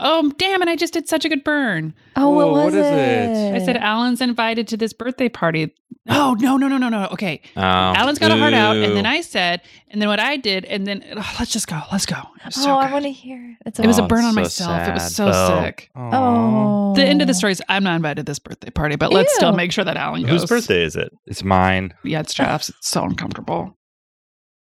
Speaker 4: Oh, damn it. I just did such a good burn.
Speaker 1: Oh, what
Speaker 3: Whoa,
Speaker 1: was
Speaker 3: what is it?
Speaker 4: I said, Alan's invited to this birthday party. No, Oh, no, no, no, no, no. Okay.
Speaker 8: Oh,
Speaker 4: Alan's got a heart out.
Speaker 8: boo.
Speaker 4: And then I said, and then what I did, and then oh, let's just go. Let's go. It was,
Speaker 1: oh,
Speaker 4: so
Speaker 1: I
Speaker 4: good.
Speaker 1: want to hear. It's
Speaker 4: it was a
Speaker 8: Oh,
Speaker 4: burn on
Speaker 8: so
Speaker 4: myself. It was
Speaker 8: sad.
Speaker 4: so
Speaker 2: Oh.
Speaker 4: sick.
Speaker 3: Aw.
Speaker 1: Oh,
Speaker 4: The end of the story is I'm not invited to this birthday party, but let's still
Speaker 1: Ew.
Speaker 4: make sure that Alan goes.
Speaker 2: Whose birthday is it?
Speaker 3: It's mine.
Speaker 4: Yeah, it's Jeff's. It's so uncomfortable.